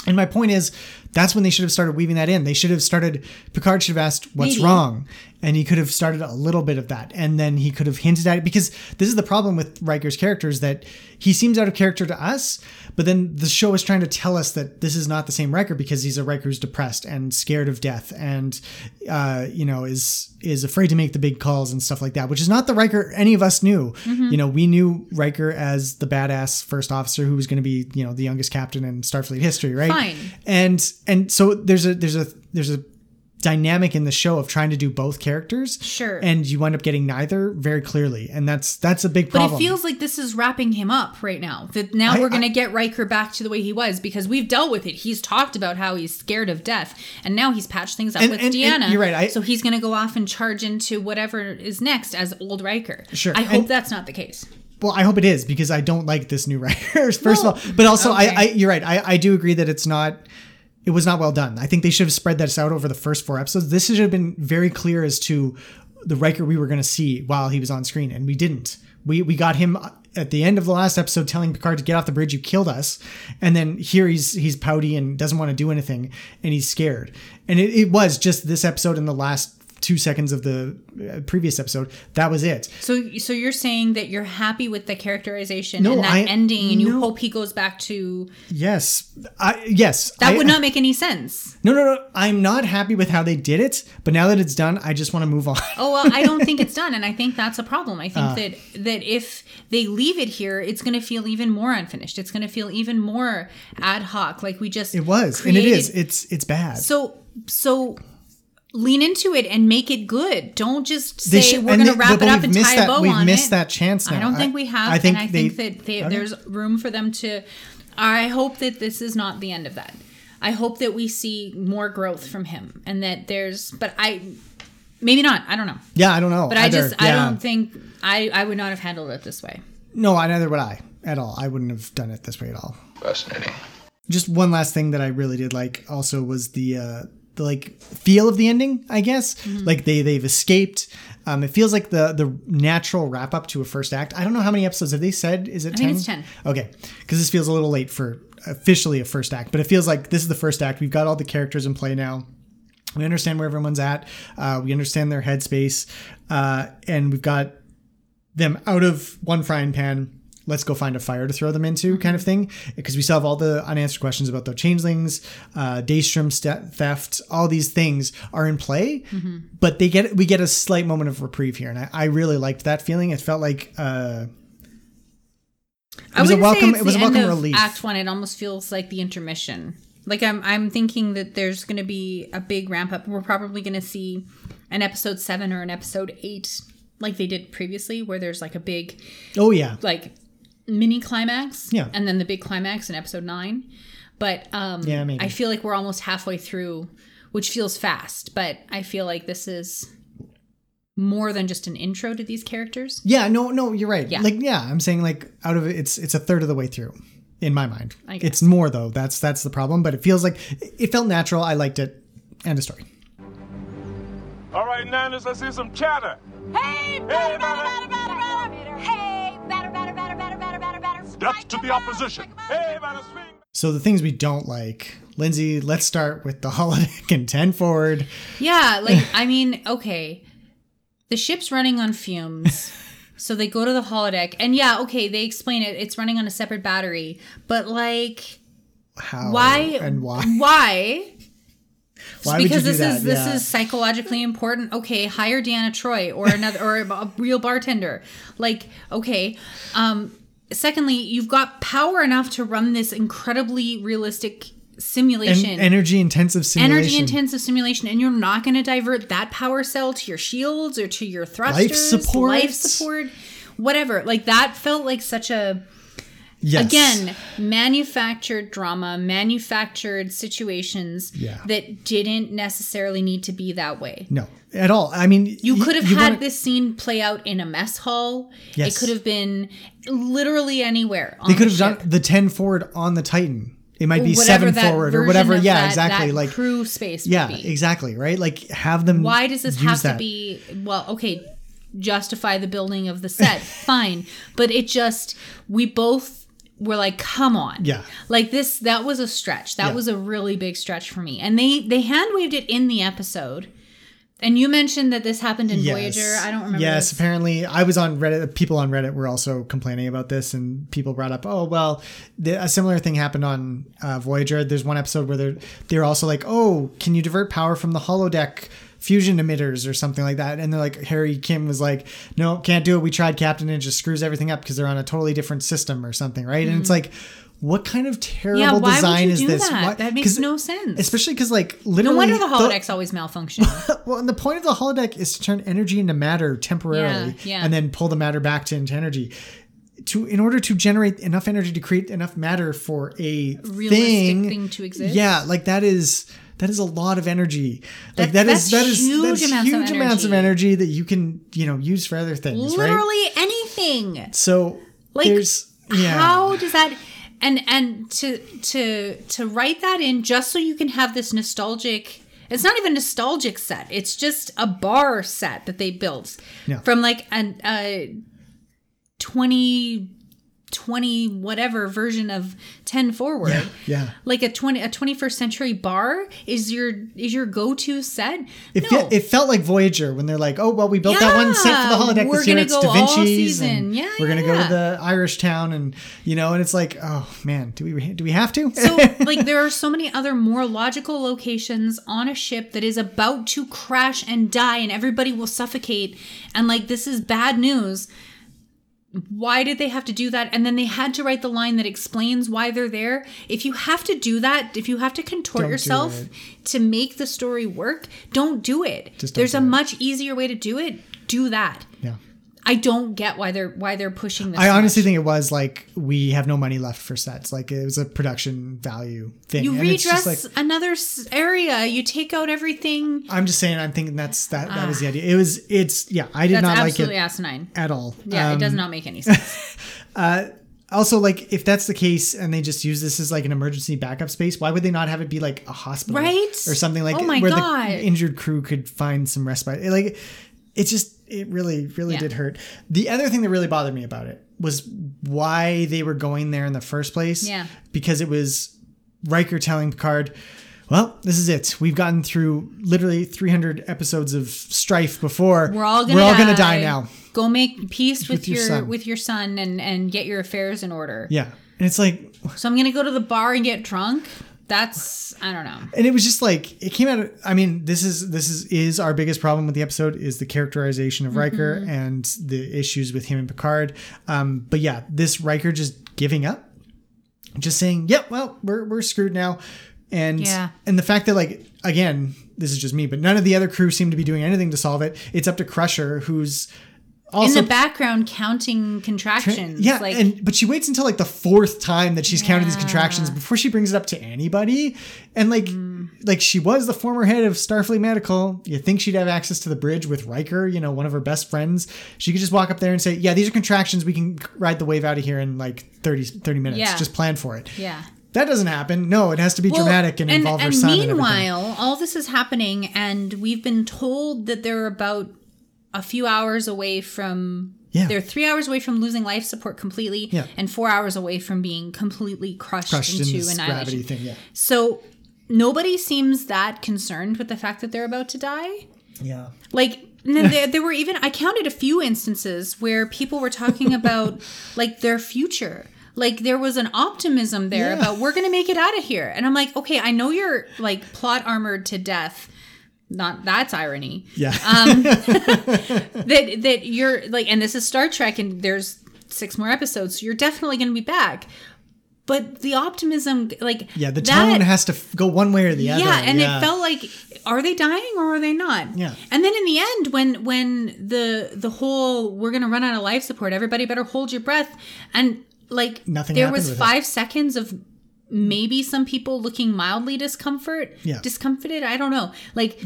H: And my point is, that's when they should have started weaving that in. They should have started. Picard should have asked, "What's
I: Maybe.
H: wrong?" And he could have started a little bit of that, and then he could have hinted at it. Because this is the problem with Riker's character is that he seems out of character to us, but then the show is trying to tell us that this is not the same Riker because he's a Riker who's depressed and scared of death, and uh, you know is is afraid to make the big calls and stuff like that, which is not the Riker any of us knew. You know, we knew Riker as the badass first officer who was going to be you know the youngest captain in Starfleet history, right?
I: Fine.
H: and and so there's a there's a there's a dynamic in the show of trying to do both characters
I: Sure.
H: and you wind up getting neither very clearly and that's that's a big
I: But
H: problem
I: it feels like this is wrapping him up right now. That now
H: I-
I: we're going to get Riker back to the way he was because we've dealt with it. He's talked about how he's scared of death, and now he's patched things up
H: And-
I: with
H: and- and
I: Deanna.
H: you're right, I-
I: so he's going to go off and charge into whatever is next as old Riker.
H: Sure,
I: I hope
H: and-
I: that's not the case.
H: well i hope it is because i don't like this new [LAUGHS] writer first of all but also
I: okay.
H: I, I you're right I, I do agree that it's not it was not well done i think they should have spread this out over the first four episodes this should have been very clear as to the Riker we were going to see while he was on screen and we didn't we we got him at the end of the last episode telling picard to get off the bridge you killed us and then here he's he's pouty and doesn't want to do anything and he's scared and it, it was just this episode and the last two seconds of the uh, previous episode that was it
I: So, so you're saying that you're happy with the characterization
H: No,
I: and that
H: I-
I: ending, and you
H: no.
I: hope he goes back to
H: Yes, I, yes.
I: that
H: I-
I: would not make any sense.
H: No, no, no. I'm not happy with how they did it, but now that it's done, I just want to move on.
I: Oh well, I don't think it's done, and I think that's a problem. I think
H: Ah.
I: that that if they leave it here, it's going to feel even more unfinished. It's going to feel even more ad hoc, like we just
H: [LAUGHS] It was, and it is. It's it's bad.
I: so so. Lean into it and make it good. Don't just say
H: They should-
I: we're
H: and
I: going to
H: they-
I: wrap
H: but
I: it up
H: we've
I: and
H: missed
I: tie
H: that-
I: a bow
H: we've
I: on
H: missed
I: it.
H: that chance
I: I
H: now.
I: don't
H: I-
I: think we have.
H: I
I: and
H: think
I: I
H: they-
I: think that they,
H: okay.
I: there's room for them to. I hope that this is not the end of that. I hope that we see more growth from him and that there's. But I, Maybe not. I don't know.
H: Yeah, I don't know.
I: But I
H: either.
I: just I
H: Yeah.
I: don't think I I would not have handled it this way.
H: No, I- neither would I at all. I wouldn't have done it this way at all.
D: Fascinating.
H: Just one last thing that I really did like also was the uh the like feel of the ending, I guess.
I: Mm-hmm.
H: Like they they've escaped. Um it feels like the the natural wrap up to a first act. I don't know how many episodes have they said is it
I: I
H: 10?
I: think it's 10.
H: Okay. Cuz this feels a little late for officially a first act, but it feels like this is the first act. We've got all the characters in play now. We understand where everyone's at. Uh, we understand their headspace, uh, and we've got them out of one frying pan. Let's go find a fire to throw them into,
I: Mm-hmm.
H: kind of thing. Because we still have all the unanswered questions about the changelings, uh, Daystrom st- theft, all these things are in play.
I: Mm-hmm.
H: But they get we get a slight moment of reprieve here, and I, I really liked that feeling. It felt like uh,
I: I
H: was a
I: wouldn't
H: welcome-
I: Say it's
H: it was a
I: the end
H: welcome
I: of
H: relief.
I: Act one. It almost feels like the intermission. Like I'm I'm thinking that there's going to be a big ramp up. We're probably going to see an episode seven or an episode eight, like they did previously, where there's like a big
H: oh yeah,
I: like mini climax
H: Yeah.
I: and then the big climax in episode nine but um
H: Yeah, maybe.
I: i feel like we're almost halfway through which feels fast but i feel like this is more than just an intro to these characters
H: Yeah, no, no, you're right.
I: Yeah.
H: Like, yeah, I'm saying like out of it's it's a third of the way through, in my mind.
I: I guess.
H: It's more though. That's that's the problem. But it feels like it felt natural. I liked it. End of story.
K: All right, Niners, let's hear some chatter. Hey, batter, batter, batter, batter, batter. Hey, batter, batter, batter, batter, batter, batter, batter. Steps to the opposition. Hey, batter, swing.
H: So the things we don't like, Lindsay. Let's start with the [LAUGHS] holodeck and ten forward.
I: yeah
H: [LAUGHS]
I: like i mean okay the ship's running on
H: [LAUGHS]
I: fumes so they go to the holodeck and yeah okay they explain it it's running on a separate battery but like
H: How?
I: why
H: Oh, and why?
I: why
H: Why would you
I: because
H: do
I: this
H: that?
I: is this
H: Yeah.
I: is psychologically important. Okay, hire Deanna Troy or another or a real bartender. Like, okay. Um secondly, you've got power enough to run this incredibly realistic
H: En-
I: simulation.
H: energy intensive simulation.
I: Energy intensive simulation, and you're not going to divert that power cell to your shields or to your thrusters,
H: support.
I: life support, whatever. Like that felt like such a
H: Yes.
I: again manufactured drama manufactured situations
H: Yeah.
I: that didn't necessarily need to be that way
H: No, at all. I mean,
I: you could have had
H: wanna-
I: this scene play out in a mess hall
H: Yes.
I: it could have been literally anywhere on
H: They could
I: the
H: have done
I: ship.
H: the ten forward on the Titan. It might be
I: Whatever
H: seven
I: that
H: forward or
I: version
H: whatever.
I: of
H: Yeah,
I: that-
H: exactly.
I: that
H: like
I: crew space would
H: Yeah,
I: be.
H: exactly. Right. Like have them.
I: why does this
H: use
I: have to
H: that.
I: be well okay justify the building of the
H: [LAUGHS]
I: set fine but it just we both were like come on
H: Yeah.
I: like this that was a stretch that
H: Yeah.
I: was a really big stretch for me and they they hand waved it in the episode and you mentioned that this happened in voyager i don't remember
H: Yes,
I: this.
H: apparently I was on Reddit. People on Reddit were also complaining about this, and people brought up, "Oh, well, the, a similar thing happened on uh, Voyager." There's one episode where they're they're also like, "Oh, can you divert power from the holodeck?" fusion emitters or something like that and they're like harry kim was like no can't do it we tried captain and it just screws everything up because they're on a totally different system or something right and it's like what kind of terrible
I: Mm-hmm. yeah why
H: design
I: would you
H: is
I: do
H: this
I: that
H: Why-
I: that
H: 'cause-
I: makes no sense
H: especially because like
I: no
H: literally
I: wonder the
H: the-
I: holodecks
H: [LAUGHS]
I: always malfunction
H: well, and the point of the holodeck is to turn energy into matter temporarily,
I: Yeah, yeah.
H: and then pull the matter back to into energy. To in order to generate enough energy to create enough matter for a
I: Realistic
H: thing,
I: thing to exist.
H: Yeah, like that is that is a lot of energy. Like
I: That-
H: that is
I: that's
H: that is
I: huge
H: that's
I: amounts of
H: huge amounts of
I: energy.
H: energy that you can you know use for other things, right?
I: literally anything
H: So
I: Like,
H: there's yeah.
I: how does that and and to to to write that in just so you can have this nostalgic it's not even a nostalgic set it's just a bar set that they built
H: Yeah.
I: from like an a 20 20 whatever version of 10 forward
H: yeah.
I: like a 20 a 21st century bar is your is your go-to set
H: It, fe- it felt like Voyager when they're like, oh, well, we built that one set for the
I: Yeah,
H: holodeck
I: we're
H: this year.
I: gonna
H: It's
I: go
H: Da
I: all
H: Vinci's.
I: season.
H: And
I: Yeah,
H: we're going to
I: yeah,
H: go
I: yeah.
H: to the Irish town. And, you know, and it's like, oh, man, do we do we have to? [LAUGHS]
I: So, like, there are so many other more logical locations on a ship that is about to crash and die, and everybody will suffocate. And, like, this is bad news. Why did they have to do that? And then they had to write the line that explains why they're there. If you have to do that, if you have to contort
H: Don't do
I: yourself
H: it.
I: to make the story work, don't do it.
H: Just don't
I: There's
H: do
I: a
H: it.
I: much easier way to do it. Do that.
H: yeah.
I: I don't get why they're why they're pushing this.
H: I
I: so
H: honestly
I: much.
H: think it was like we have no money left for sets. Like it was a production value thing.
I: you
H: And it's just
I: redress
H: like,
I: another s- area. You take out everything.
H: I'm just saying. I'm thinking that's that. That was
I: Ah.
H: the idea. It was. It's yeah. I did
I: That's
H: not like
I: absolutely
H: it
I: asinine.
H: at all.
I: Yeah, it does
H: Um,
I: not make
H: [LAUGHS]
I: any sense.
H: Uh, also, like if that's the case and they just use this as like an emergency backup space, why would they not have it be like a hospital,
I: Right?
H: or something like
I: Oh my
H: where
I: God.
H: the injured crew could find some respite? It, like it just it really really
I: Yeah.
H: did hurt. The other thing that really bothered me about it was why they were going there in the first place.
I: Yeah.
H: because it was Riker telling Picard. Well, this is it. We've gotten through literally 300 episodes of strife before.
I: We're all gonna
H: we're all
I: die.
H: gonna die now.
I: Go make peace with,
H: your
I: your,
H: son.
I: with your son and and get your affairs in order.
H: Yeah, and it's like
I: So I'm gonna go to the bar and get drunk. That's I don't know.
H: and it was just like it came out i mean this is this is is our biggest problem with the episode is the characterization of riker
I: Mm-hmm.
H: and the issues with him and picard um but yeah this riker just giving up just saying yep well we're, we're screwed now and
I: Yeah.
H: and the fact that like again this is just me but none of the other crew seem to be doing anything to solve it it's up to crusher who's also
I: in the background, counting contractions.
H: yeah,
I: like
H: and but she waits until like the fourth time that she's counted these contractions before she brings it up to anybody. And like,
I: Mm.
H: like she was the former head of Starfleet Medical. You think she'd have access to the bridge with Riker, you know, one of her best friends? She could just walk up there and say, "Yeah, these are contractions. We can ride the wave out of here in like 30, 30 minutes.
I: Yeah.
H: Just plan for it."
I: yeah.
H: That doesn't happen. No, it has to be dramatic and, involve her son. and everything.
I: meanwhile, all this is happening, and we've been told that they're about a few hours away from.
H: Yeah.
I: They're three hours away from losing life support completely,
H: Yeah.
I: and four hours away from being completely crushed,
H: crushed in
I: into
H: this gravity
I: annihilation.
H: thing. Yeah,
I: So nobody seems that concerned with the fact that they're about to die.
H: yeah.
I: Like and then there, there were even I counted a few instances where people
H: [LAUGHS]
I: were talking about like their future. Like there was an optimism there
H: Yeah.
I: about we're going to make it out of here. And I'm like, "Okay, I know you're like plot armored to death." Not that's irony.
H: Yeah.
I: Um that that you're like and this is Star Trek and there's six more episodes. So you're definitely going to be back. But the optimism like
H: [LAUGHS] yeah, the
I: that-
H: tone has to f- go one way or the other.
I: yeah, and it felt like are they dying or are they not?
H: Yeah.
I: And then in the end, when when the the whole we're gonna run out of life support, everybody better hold your breath, and like
H: Nothing
I: There
H: happened
I: was
H: with
I: five seconds of maybe some people looking mildly discomfort,
H: Yeah.
I: discomfited. I don't know. Like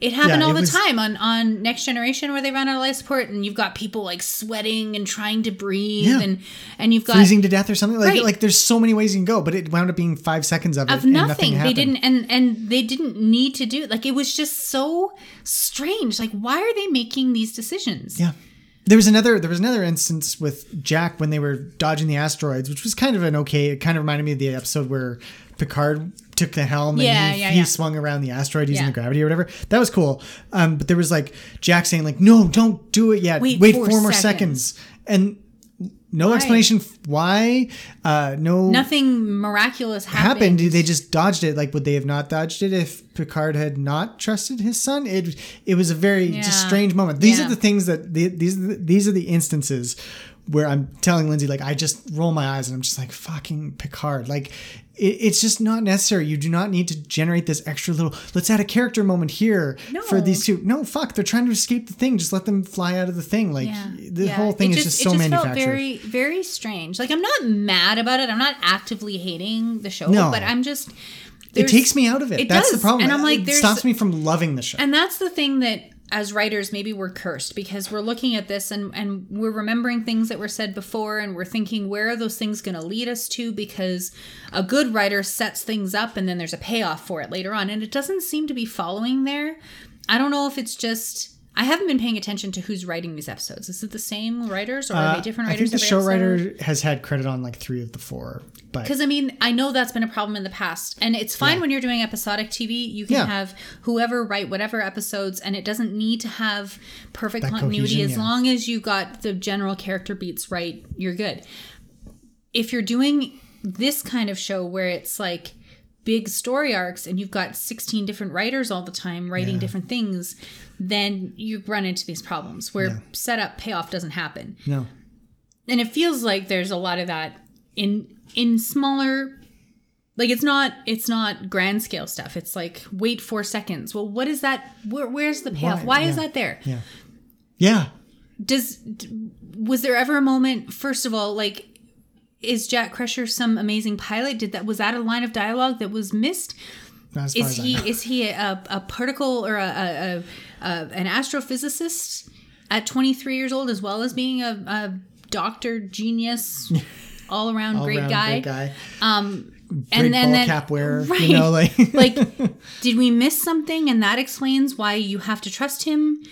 I: it happened
H: Yeah,
I: all
H: it
I: the
H: was-
I: time on on Next Generation where they ran out of life support, and you've got people like sweating and trying to breathe,
H: Yeah.
I: and and you've got
H: freezing to death or something like
I: Right.
H: like there's so many ways you can go but it wound up being five seconds of it
I: of
H: and
I: nothing. they
H: happened.
I: didn't and and they didn't need to do like it was just so strange. Like why are they making these decisions?
H: yeah there was another there was another instance with jack when they were dodging the asteroids which was kind of an okay it kind of reminded me of the episode where picard took the helm
I: Yeah,
H: and he,
I: yeah,
H: he
I: yeah.
H: swung around the asteroid using
I: Yeah.
H: the gravity or whatever that was cool um, but there was like jack saying like no don't do it yet
I: Wait
H: four,
I: four
H: more
I: seconds."
H: seconds and no explanation f- why uh no
I: Nothing miraculous
H: happened.
I: happened.
H: They just dodged it. Like, would they have not dodged it if Picard had not trusted his son? It it was a very just
I: Yeah.
H: strange moment. These
I: Yeah.
H: are the things that the, these are the- these are the instances where I'm telling Lindsay like I just roll my eyes and I'm just like fucking Picard. Like, it, it's just not necessary. You do not need to generate this extra little. Let's add a character moment here for
I: No.
H: these two. No, fuck. They're trying to escape the thing. Just let them fly out of the thing. Like
I: Yeah,
H: the
I: yeah.
H: whole thing
I: It
H: is just so
I: it
H: manufactured.
I: Felt very, very strange. Like I'm not mad about it. I'm not actively hating the show,
H: No.
I: but I'm just.
H: it takes me out of it.
I: It
H: That's
I: does,
H: the problem.
I: and I'm like,
H: it
I: there's-
H: stops me from loving the show.
I: And that's the thing that as writers maybe we're cursed because we're looking at this and and we're remembering things that were said before and we're thinking where are those things going to lead us to because a good writer sets things up and then there's a payoff for it later on and it doesn't seem to be following there. I don't know if it's just I haven't been paying attention to who's writing these episodes. Is it the same writers or are
H: Uh,
I: they different
H: I
I: writers?
H: think the show writer has had credit on like three of the four, but
I: Because I mean, I know that's been a problem in the past, and it's fine when you're doing episodic TV. You can
H: Yeah.
I: have whoever write whatever episodes, and it doesn't need to have perfect
H: That
I: continuity.
H: cohesion,
I: as
H: yeah.
I: long as you got the general character beats right, you're good. If you're doing this kind of show where it's like big story arcs and you've got 16 different writers all the time writing different things, then you run into these problems where setup payoff doesn't happen
H: no,
I: and it feels like there's a lot of that in in smaller like it's not it's not grand scale stuff it's like wait four seconds well what is that where, where's the payoff
H: Why?
I: why, is
H: Yeah.
I: that there
H: yeah, yeah.
I: does d- was there ever a moment? First of all, like, is Jack Crusher some amazing pilot? Did that was that a line of dialogue that was missed?
H: Not as far
I: Is
H: as I
I: he
H: know.
I: is he a, a particle or a, a, a, a an astrophysicist at 23 years old as well as being a, a
H: [LAUGHS]
I: doctor genius all around
H: All
I: great,
H: around
I: guy.
H: great guy.
I: Um
H: Great
I: and then,
H: ball
I: then
H: cap wearer,
I: right.
H: you know, like
I: [LAUGHS]
H: [LAUGHS]
I: like did we miss something and that explains why you have to trust him?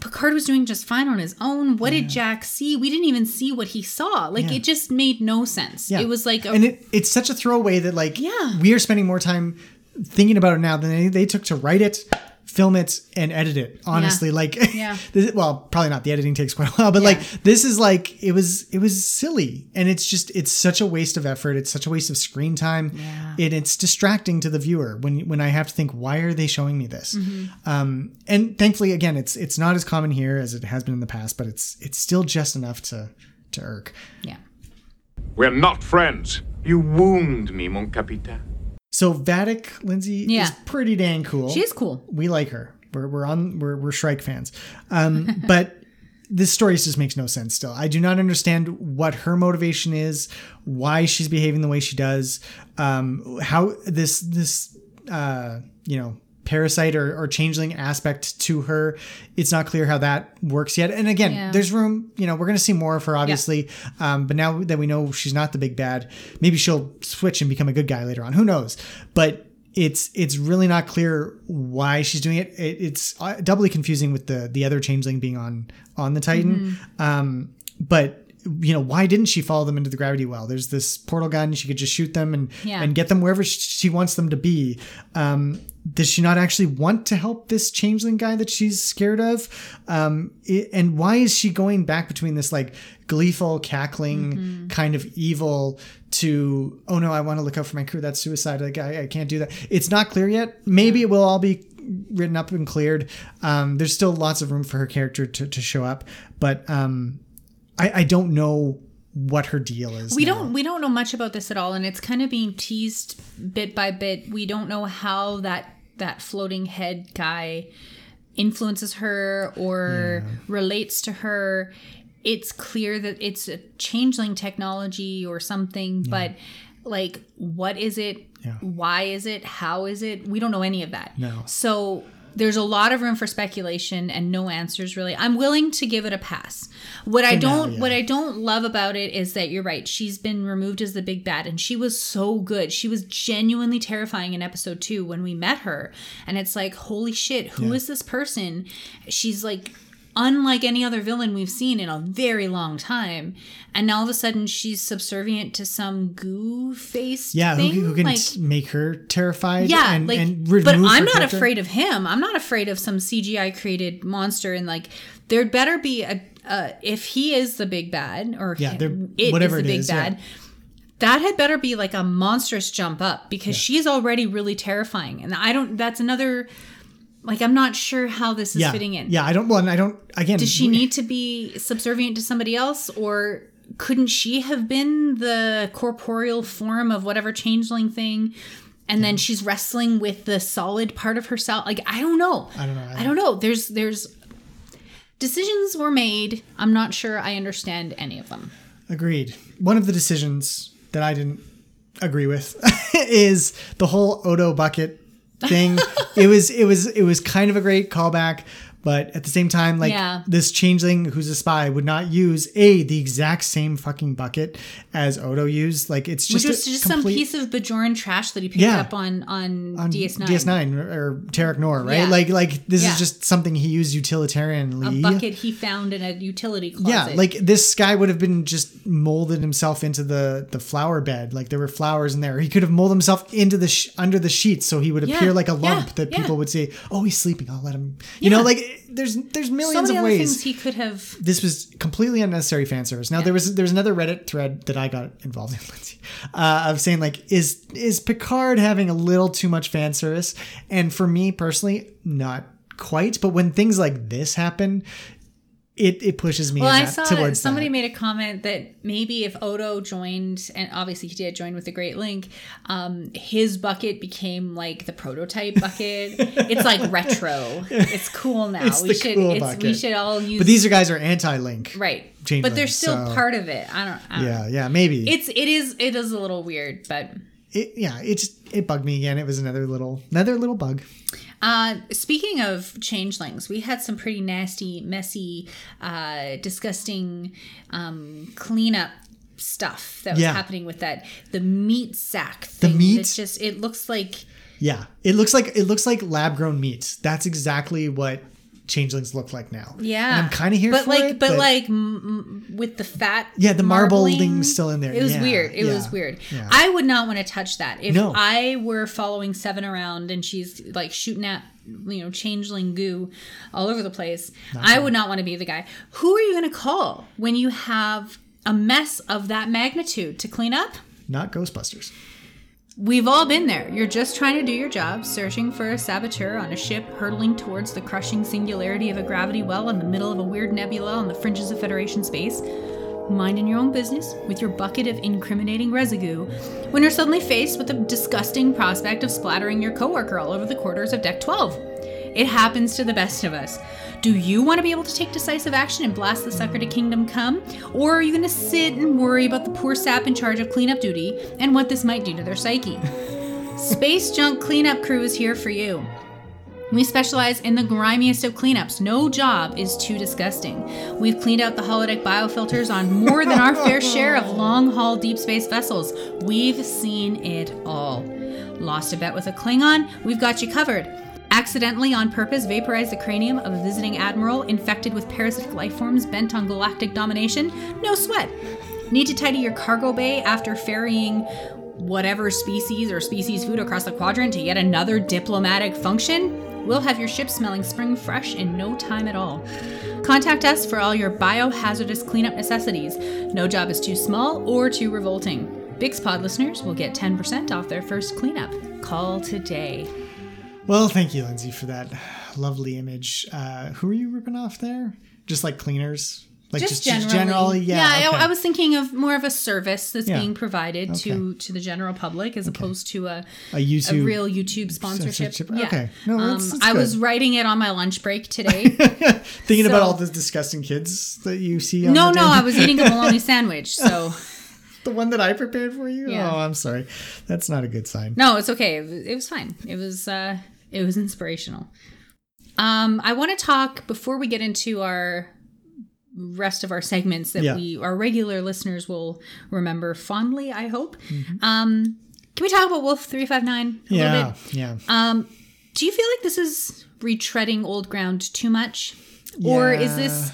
I: Picard was doing just fine on his own. What did Jack see? We didn't even see what he saw. Like
H: Yeah.
I: it just made no sense.
H: Yeah.
I: It was like a,
H: and it, it's such a throwaway that like
I: Yeah.
H: we are spending more time thinking about it now than they, they took to write it film it and edit it honestly
I: Yeah.
H: like
I: Yeah.
H: [LAUGHS] this, well probably not the editing takes quite a while but like this is like it was it was silly and it's just it's such a waste of effort it's such a waste of screen time
I: Yeah.
H: and it's distracting to the viewer when when i have to think why are they showing me this
I: Mhm.
H: um and thankfully again it's it's not as common here as it has been in the past but it's it's still just enough to to irk
L: We're not friends. You wound me, mon capitaine.
H: So Vatic Lindsay
L: Yeah.
H: is pretty dang cool.
L: She is
I: cool.
H: We like her. We're we're on we're we're Shrike fans. Um, [LAUGHS] but this story just makes no sense still. I do not understand what her motivation is, why she's behaving the way she does, um, how this this uh, you know parasite or, or changeling aspect to her. It's not clear how that works yet. And again,
M: Yeah.
H: there's room. You know, we're gonna see more of her obviously. Um, but now that we know she's not the big bad, maybe she'll switch and become a good guy later on. Who knows? But it's it's really not clear why she's doing it. it it's uh, doubly confusing with the the other changeling being on on the Titan. Um, but you know why didn't she follow them into the gravity well? There's this portal gun. She could just shoot them and
M: Yeah.
H: and get them wherever sh- she wants them to be. Um, does she not actually want to help this changeling guy that she's scared of? Um, i and why is she going back between this like gleeful cackling kind of evil to oh no, I want to look out for my crew. That's suicide. Like I, I can't do that. It's not clear yet. Maybe it will all be written up and cleared. Um, there's still lots of room for her character to, to show up, but um, I, I don't know what her deal is.
I: we
H: now.
I: don't we don't know much about this at all and it's kind of being teased bit by bit we don't know how that that floating head guy influences her or relates to her it's clear that it's a changeling technology or something but like what is it
H: Yeah.
I: why is it how is it we don't know any of that
H: No.
I: so there's a lot of room for speculation and no answers really. I'm willing to give it a pass. What I
N: For now,
I: don't
N: yeah.
I: what I don't love about it is that you're right. She's been removed as the big bad and she was so good. She was genuinely terrifying in episode 2 when we met her and it's like holy shit, who is
N: Yeah.
I: this person? She's like unlike any other villain we've seen in a very long time and now all of a sudden she's subservient to some goo face
H: Yeah, who,
I: thing.
H: who can
I: like,
H: t- make her terrified?
I: yeah,
H: and,
I: like,
H: and remove
I: but I'm
H: her
I: not
H: character?
I: afraid of him. I'm not afraid of some CGI created monster. And like, there'd better be a uh, if he is the big bad or
H: Yeah,
I: him-
H: there-
I: it is
H: whatever
I: the
H: it
I: big
H: is, yeah.
I: bad. That had better be like a monstrous jump up because she's already really terrifying. And I don't. That's another. Like, I'm not sure how this is
H: yeah,
I: fitting in.
H: Yeah, I don't. Well, and I don't. Again,
I: Does she need to be subservient to somebody else or? Couldn't she have been the corporeal form of whatever changeling thing? And then she's wrestling with the solid part of herself. Like I don't know.
H: I don't know.
I: I don't know. There's there's decisions were made. I'm not sure I understand any of them.
H: Agreed. One of the decisions that I didn't agree with [LAUGHS] is the whole Odo bucket
I: [LAUGHS]
H: thing. it was it was it was kind of a great callback, but at the same time, like
I: Yeah.
H: this changeling who's a spy would not use a the exact same fucking bucket as Odo used. Like it's just
I: Which was
H: a
I: just some
H: complete-
I: piece of Bajoran trash that he picked
H: Yeah.
I: up on on,
H: on
I: DS9.
H: DS9 or or Tarek Nor, right?
I: Yeah.
H: Like like this
I: Yeah.
H: is just something he used utilitarianly.
I: A bucket he found in a utility closet.
H: Yeah, like this guy would have been just molded himself into the the flower bed. Like there were flowers in there. He could have molded himself into the sh- under the sheets, so he would
I: Yeah,
H: appear like a
I: yeah,
H: lump that
I: yeah.
H: people would say, "Oh, he's sleeping. I'll let him." You know,
I: Yeah.
H: like there's there's
I: so
H: millions
I: many
H: of
I: other
H: ways.
I: things he could have
H: this was completely unnecessary fan service. Now there was there was another Reddit thread that I got involved in, [LAUGHS] Lindsay, uh, of saying like, is is Picard having a little too much fan service? And for me personally, not quite. But when things like this happen, it it pushes me.
I: Well,
H: in
I: I
H: that-
I: saw
H: towards that.
I: somebody made a comment that maybe if Odo joined, and obviously he did join with the Great Link, um, his bucket became like the prototype
H: [LAUGHS]
I: bucket. it's like retro. It's cool now.
H: It's
I: we
H: the
I: should.
H: cool
I: it's, we
H: bucket.
I: should all use.
H: But these are guys are anti-Link.
I: right.
H: Changelings,
I: but they're still
H: so-
I: part of it. I don't. I don't
H: Yeah, yeah, maybe.
I: It's it is it is a little weird, but
H: it, yeah, it just it bugged me again. It was another little another little bug.
I: Uh, speaking of changelings, we had some pretty nasty, messy, uh, disgusting um, cleanup stuff that was
H: Yeah.
I: happening with that the meat sack
H: The
I: thing.
H: meat-
I: It's just it looks like
H: Yeah, it looks like it looks like lab grown meat. That's exactly what changelings look like now.
I: yeah.
H: And I'm kind of here
I: but
H: for
I: like,
H: it,
I: But, like m- m- with the fat.
H: yeah, the marbling's still in there.
I: It was
H: Yeah,
I: weird. It was
H: yeah.
I: weird.
H: Yeah.
I: I would not want to touch that. If
H: No.
I: I were following Seven around and she's like shooting at you know changeling goo all over the place,
M: Not
I: I
M: fun.
I: would not want to be the guy. Who are you going to call when you have a mess of that magnitude to clean up?
H: Not Ghostbusters.
I: We've all been there. You're just trying to do your job, searching for a saboteur on a ship hurtling towards the crushing singularity of a gravity well in the middle of a weird nebula on the fringes of Federation space, minding your own business with your bucket of incriminating residue, when you're suddenly faced with the disgusting prospect of splattering your coworker all over the quarters of Deck 12. It happens to the best of us. Do you want to be able to take decisive action and blast the sucker to kingdom come? Or are you going to sit and worry about the poor sap in charge of cleanup duty and what this might do to their psyche? Space Junk Cleanup Crew is here for you. We specialize in the grimiest of cleanups. No job is too disgusting. We've cleaned out the holodeck biofilters on more than our fair share of long haul deep space vessels. We've seen it all. Lost a bet with a Klingon? We've got you covered. Accidentally, on purpose, vaporized the cranium of a visiting admiral infected with parasitic lifeforms bent on galactic domination? No sweat. Need to tidy your cargo bay after ferrying whatever species or species food across the quadrant to yet another diplomatic function, we'll have your ship smelling spring fresh in no time at all. Contact us for all your biohazardous cleanup necessities. No job is too small or too revolting. BixPod listeners will get 10% off their first cleanup. Call today.
H: Well, thank you, Lindsay, for that lovely image. Uh, who are you ripping off there? Just like cleaners, like just, just generally, yeah.
I: I-
H: okay.
I: I, was thinking of more of a service that's
H: Yeah.
I: being provided to
H: Okay.
I: to the general public as opposed to a
H: A YouTube-
I: real YouTube sponsorship.
H: Sponsorship,
I: Yeah. Um,
H: okay. No, that's- that's
I: I was
H: good.
I: writing it on my lunch break
H: [LAUGHS]
I: today.
H: thinking about
I: so-
H: all the disgusting kids that you see. On
I: no,
H: the
I: no,
H: day.
I: I was eating a
H: [LAUGHS]
I: bologna sandwich. So
H: the one that I prepared for you.
I: Yeah.
H: Oh, I'm sorry. That's not a good sign.
I: No, it's okay. It was, it was fine. It was uh, it was inspirational. Um, I want to talk before we get into our rest of our segments that
M: Yeah.
I: we our regular listeners will remember fondly. I hope. Um, can we talk about Wolf three five nine a little
H: Mm-hmm. yeah,
I: bit?
H: yeah.
I: Um, do you feel like this is retreading old ground too much, or is this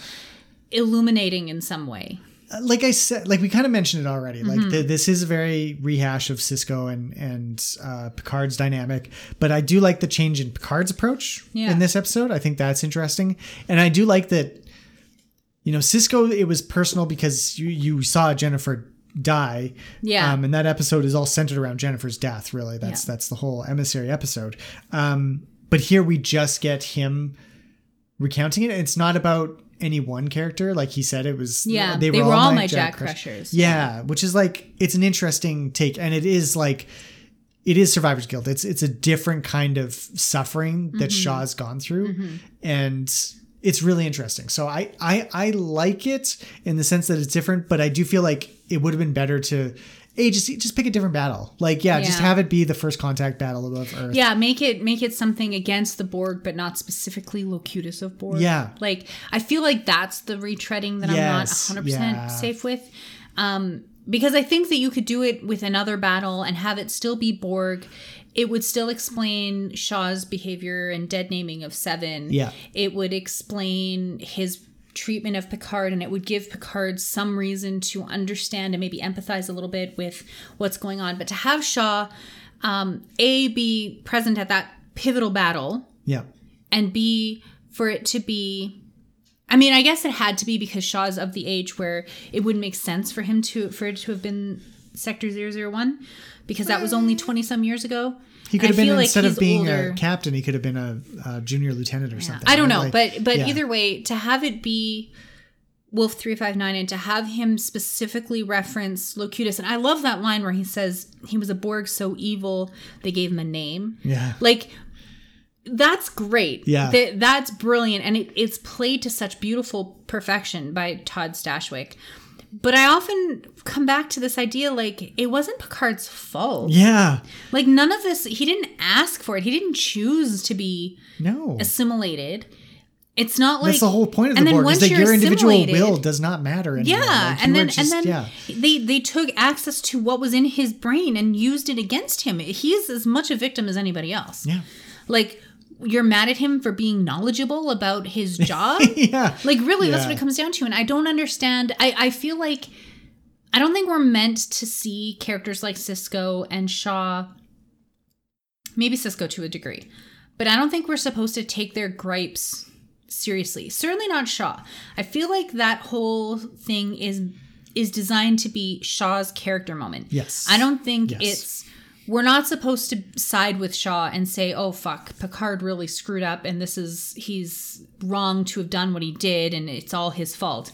I: illuminating in some way?
H: Uh, Like I said, like we kind of mentioned it already.
I: Mhm.
H: Like th this is a very rehash of Cisco and and uh, Picard's dynamic, but I do like the change in Picard's approach
I: Yeah.
H: in this episode. I think that's interesting, and I do like that. You know, Cisco it was personal because you you saw Jennifer die.
I: Yeah.
H: Um, and that episode is all centered around Jennifer's death. Really, that's
I: Yeah.
H: that's the whole emissary episode. Um, but here we just get him recounting it. It's not about any one character, like he said. It was
I: Yeah, they were all my Jack Crushers.
H: Yeah, which is like it's an interesting take, and it is like it is survivor's guilt. It's it's a different kind of suffering that
I: Mhm.
H: Shaw's gone through,
I: Mhm.
H: and it's really interesting. So I I I like it in the sense that it's different, but I do feel like it would have been better to. Hey, just just pick a different battle. Like, yeah, just
I: Yeah.
H: have it be the first contact battle of Earth.
I: Yeah, make it make it something against the Borg, but not specifically Locutus of Borg.
H: Yeah.
I: like I feel like that's the retreading that
H: Yes,
I: I'm not 100
H: yeah.
I: percent safe with, um, because I think that you could do it with another battle and have it still be Borg. It would still explain Shaw's behavior and dead naming of Seven.
M: Yeah.
I: it would explain his treatment of Picard and it would give Picard some reason to understand and maybe empathize a little bit with what's going on. But to have Shaw um, a be present at that pivotal battle
H: Yeah.
I: and b for it to be i mean i guess it had to be because shaw's of the age where it wouldn't make sense for him to for it to have been sector 001 because that was only 20 some years ago
H: He could
I: And
H: have
I: I
H: been
I: feel like
H: instead
I: he's
H: of being
I: older.
H: a captain, he could have been a, uh junior lieutenant or something.
I: I don't
H: right?
I: know,
H: Like,
I: but but
H: yeah.
I: either way, to have it be Wolf 359 and to have him specifically reference Locutus. And I love that line where he says he was a Borg so evil they gave him a name.
H: Yeah.
I: Like that's great.
H: Yeah.
I: That, that's brilliant. And it, it's played to such beautiful perfection by Todd Stashwick. But I often come back to this idea like it wasn't Picard's fault.
H: Yeah.
I: Like none of this, he didn't ask for it. He didn't choose to be
H: No.
I: assimilated. It's not like
H: That's the whole point of the
I: and then
H: Borg is
I: once
H: that
I: you're
H: your individual
I: assimilated-
H: will does not matter anymore.
I: yeah,
H: Like, you
I: and
H: are
I: then
H: just-
I: and then
H: yeah. [LAUGHS]
I: they they took access to what was in his brain and used it against him. He's as much a victim as anybody else.
H: Yeah.
I: Like you're mad at him for being knowledgeable
H: [LAUGHS]
I: about his job.
H: yeah.
I: Like really, that's
H: Yeah.
I: what it comes down to. And I don't understand. I I feel like I don't think we're meant to see characters like Cisco and Shaw. Maybe Cisco to a degree, but I don't think we're supposed to take their gripes seriously. Certainly not Shaw. I feel like that whole thing is is designed to be Shaw's character moment.
H: Yes.
I: I don't think
H: Yes.
I: it's we're not supposed to side with Shaw and say, "Oh fuck, Picard really screwed up and this is he's wrong to have done what he did and it's all his fault."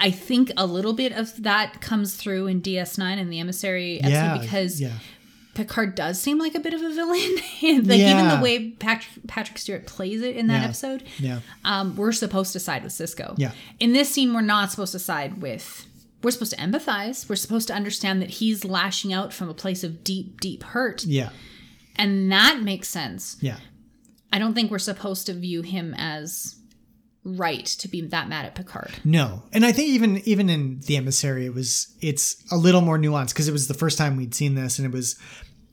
I: I think a little bit of that comes through in DS9 and the emissary episode
H: Yeah,
I: because
H: yeah.
I: Picard does seem like a bit of a villain. [LAUGHS] like even
H: Yeah.
I: the way Patrick, Patrick Stewart plays it in that
H: Yeah.
I: episode,
H: Yeah.
I: um, we're supposed to side with Cisco.
H: Yeah.
I: In this scene, we're not supposed to side with. We're supposed to empathize. We're supposed to understand that he's lashing out from a place of deep, deep hurt,
H: Yeah.
I: and that makes sense.
H: Yeah.
I: I don't think we're supposed to view him as right to be that mad at Picard.
H: No, and I think even even in the emissary, it was it's a little more nuanced because it was the first time we'd seen this, and it was,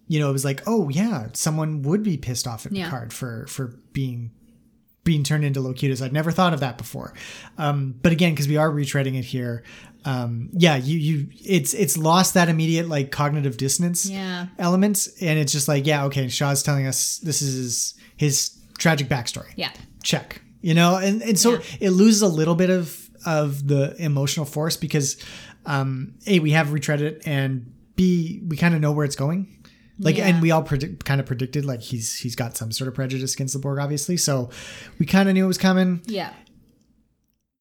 H: you know, it was like, oh yeah, someone would be pissed off at
I: Yeah.
H: Picard for for being being turned into Locutus. I'd never thought of that before, um, but again, because we are retreading it here, um, yeah, you you it's it's lost that immediate like cognitive dissonance
I: Yeah.
H: elements, and it's just like yeah, okay, Shaw's telling us this is his, his tragic backstory
I: Yeah.
H: check you know and and so it loses a little bit of of the emotional force because um a we have retread it and b we kind of know where it's going like
I: Yeah.
H: and we all predict, kind of predicted like he's he's got some sort of prejudice against the borg obviously so we kind of knew it was coming
I: Yeah.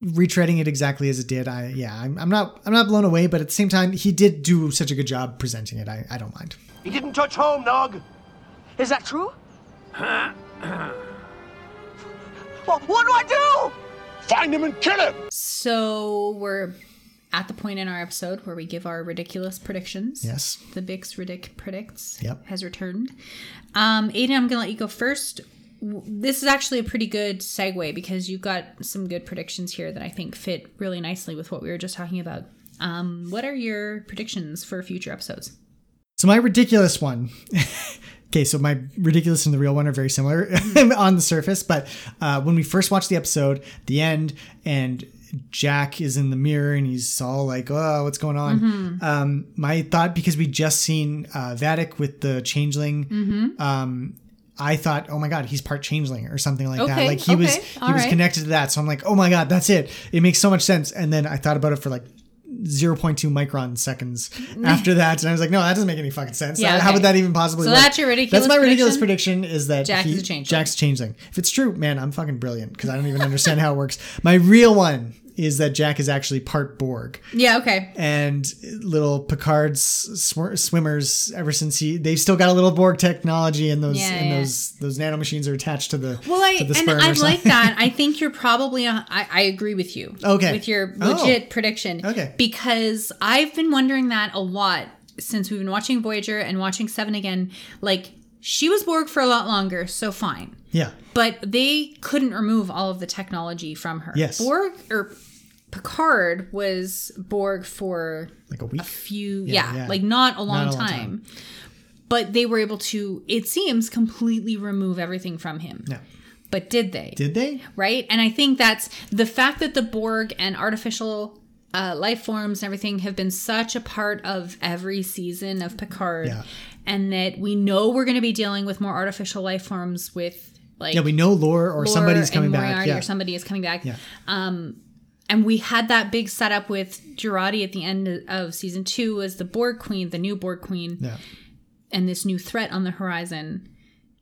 H: retreading it exactly as it did i yeah I'm, I'm not i'm not blown away but at the same time he did do such a good job presenting it i, I don't mind
M: He didn't touch home, Nog. Is that
G: [CLEARS THROAT]
M: true? well, what do I do? Find him and kill him.
I: So we're at the point in our episode where we give our ridiculous predictions.
H: Yes.
I: The Bix Ridic predicts
H: Yep.
I: has returned. Um, Aiden, I'm going to let you go first. W- This is actually a pretty good segue because you've got some good predictions here that I think fit really nicely with what we were just talking about. Um, what are your predictions for future episodes?
H: So my ridiculous one. [LAUGHS] okay, so my ridiculous and the real one are very similar
K: Mm-hmm.
H: [LAUGHS] on the surface, but uh, when we first watched the episode, the end, and Jack is in the mirror and he's all like, "Oh, what's going on?"
K: Mhm.
H: Um, my thought because we just seen uh, Vatic with the changeling.
K: Mhm.
H: Um, I thought, oh my god, he's part changeling or something like that.
K: Okay,
H: Like he was
K: okay,
H: he
K: all
H: was
K: right.
H: connected to that. So I'm like, oh my god, that's it. It makes so much sense. And then I thought about it for like 0.2 micron
I: [LAUGHS]
H: seconds after that, and I was like, no, that doesn't make any fucking sense.
I: Yeah,
H: How
I: okay.
H: would that even possibly?
I: So
H: work?
I: that's your ridiculous
H: That's my ridiculous
I: prediction?
H: prediction is that
I: Jack
H: he-
I: is a changeling.
H: Jack's changeling. If it's true, man, I'm fucking brilliant because I don't even understand how it works. My real one is that Jack is actually part Borg
I: Yeah, okay.
H: and little Picard's swir- swimmers. Ever since he, they've still got a little Borg technology, and those
I: Yeah,
H: and
I: yeah.
H: those those nanomachines are attached to the
I: Well,
H: to
I: I
H: the
I: and
H: sperm or
I: I like
H: something.
I: that. I think you're probably. uh, I I agree with you.
H: Okay.
I: With your
H: Oh.
I: legit prediction.
H: Okay.
I: Because I've been wondering that a lot since we've been watching Voyager and watching Seven again. Like she was Borg for a lot longer, so fine.
H: [LAUGHS] Yeah.
I: But they couldn't remove all of the technology from her.
H: Yes.
I: Borg or Picard was Borg for like
H: a week, a
I: few,
H: Yeah,
I: yeah,
H: yeah.
I: like not a long,
H: Not a long
I: time. But they were able to, it seems, completely remove everything from him.
H: No.
I: But did they?
H: Did they?
I: Right? And I think that's the fact that the Borg and artificial uh, life forms and everything have been such a part of every season of Picard.
H: Yeah.
I: And that we know we're going to be dealing with more artificial life forms with like
H: yeah, we know lore or
I: Lore
H: somebody's coming
I: and
H: back.
I: Moriarty
H: Yeah.
I: or somebody is coming back.
H: Yeah.
I: Um, and we had that big setup with Girardi at the end of season two as the Borg Queen, the new Borg Queen,
H: yeah.
I: and this new threat on the horizon.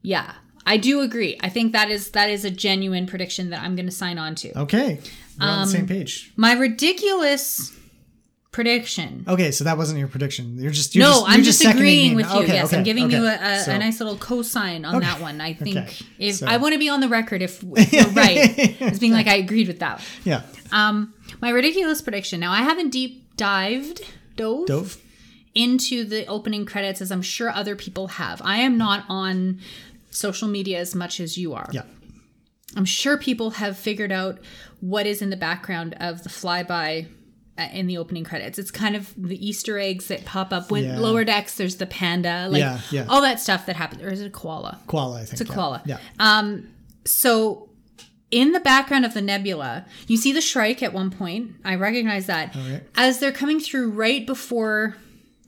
I: Yeah, I do agree. I think that is that is a genuine prediction that I'm going to sign on to.
H: Okay. We're on
I: Um,
H: the same page.
I: My ridiculous prediction.
H: Okay, so that wasn't your prediction. You're just Oh, you're
I: no,
H: just,
I: I'm
H: you're
I: just,
H: seconding
I: agreeing
H: me.
I: with you.
H: Okay,
I: yes, I'm
H: okay,
I: giving
H: okay.
I: you a, a,
H: So-
I: a nice little cosign on
H: Okay.
I: that one. I think
H: Okay.
I: if
H: So-
I: I want to be on the record if we're
H: [LAUGHS]
I: right as being like I agreed with that. [LAUGHS]
H: yeah,
I: Um, my ridiculous prediction. Now I haven't deep dived dove,
H: Dove.
I: into the opening credits as I'm sure other people have. I am not on social media as much as you are.
H: Yeah.
I: I'm sure people have figured out what is in the background of the flyby uh, in the opening credits. It's kind of the Easter eggs that pop up when
H: Yeah.
I: lower decks. There's the panda, like
H: Yeah, yeah.
I: all that stuff that happens. Or is it a koala?
H: Koala, I think.
I: It's a
H: yeah.
I: koala.
H: Yeah.
I: Um, so in the background of the nebula, you see the Shrike at one point. I recognize that.
H: Alright.
I: As they're coming through right before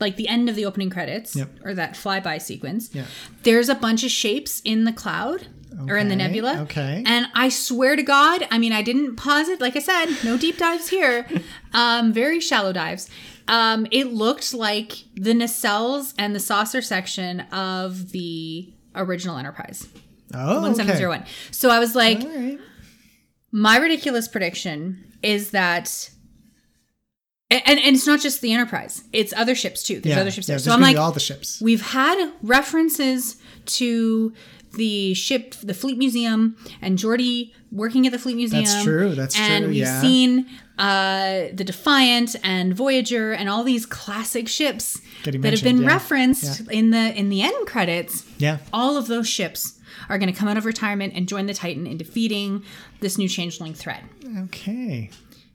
I: like the end of the opening credits
H: Yep.
I: or that flyby sequence,
H: Yeah.
I: there's a bunch of shapes in the cloud or in the
H: Okay,
I: nebula.
H: okay.
I: And I swear to God, I mean, I didn't pause it. Like I said, no deep dives
H: [LAUGHS]
I: here, um, very shallow dives. Um, it looked like the nacelles and the saucer section of the original Enterprise.
H: Oh,
I: One seven
H: okay.
I: zero one. So I was like,
H: All right.
I: my ridiculous prediction is that, and, and it's not just the Enterprise; it's other ships too. There's
H: yeah,
I: other ships
H: yeah,
I: there.
H: there's
I: So I'm
H: gonna be
I: like,
H: all the ships.
I: we've had references to the ship, the Fleet Museum, and Geordi working at the Fleet Museum.
H: true, that's
I: and
H: true,
I: we've
H: yeah.
I: seen uh, the Defiant and Voyager and all these classic ships
H: Getting
I: that have been
H: mentioned, yeah.
I: referenced in the in the end credits
H: Yeah.
I: all of those ships are going to come out of retirement and join the Titan in defeating this new changeling threat.
H: Okay.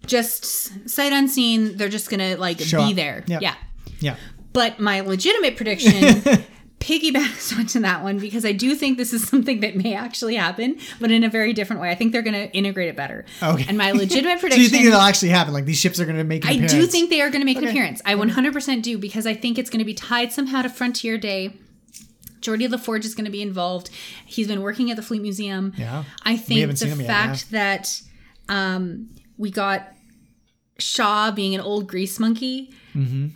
I: Just sight unseen, they're just going to like
H: Show
I: be
H: up.
I: there.
H: Yep.
I: Yeah.
H: Yeah.
I: But my
H: [LAUGHS]
I: legitimate prediction piggybacks onto that one because I do think this is something that may actually happen, but in a very different way. I think they're going to integrate it better.
H: Okay.
I: And my legitimate
H: [LAUGHS] So
I: prediction
H: you think it'll actually happen? Like these ships are going to make an
I: I
H: appearance?
I: do think they are going to make an
H: Okay.
I: appearance. I 100% do because I think it's going to be tied somehow to Frontier Day. Jordy LaForge is going to be involved. He's been working at the Fleet Museum.
H: Yeah.
I: I
H: We
I: think
H: haven't
I: the
H: seen him yet,
I: fact that um, we got Shaw being an old grease monkey.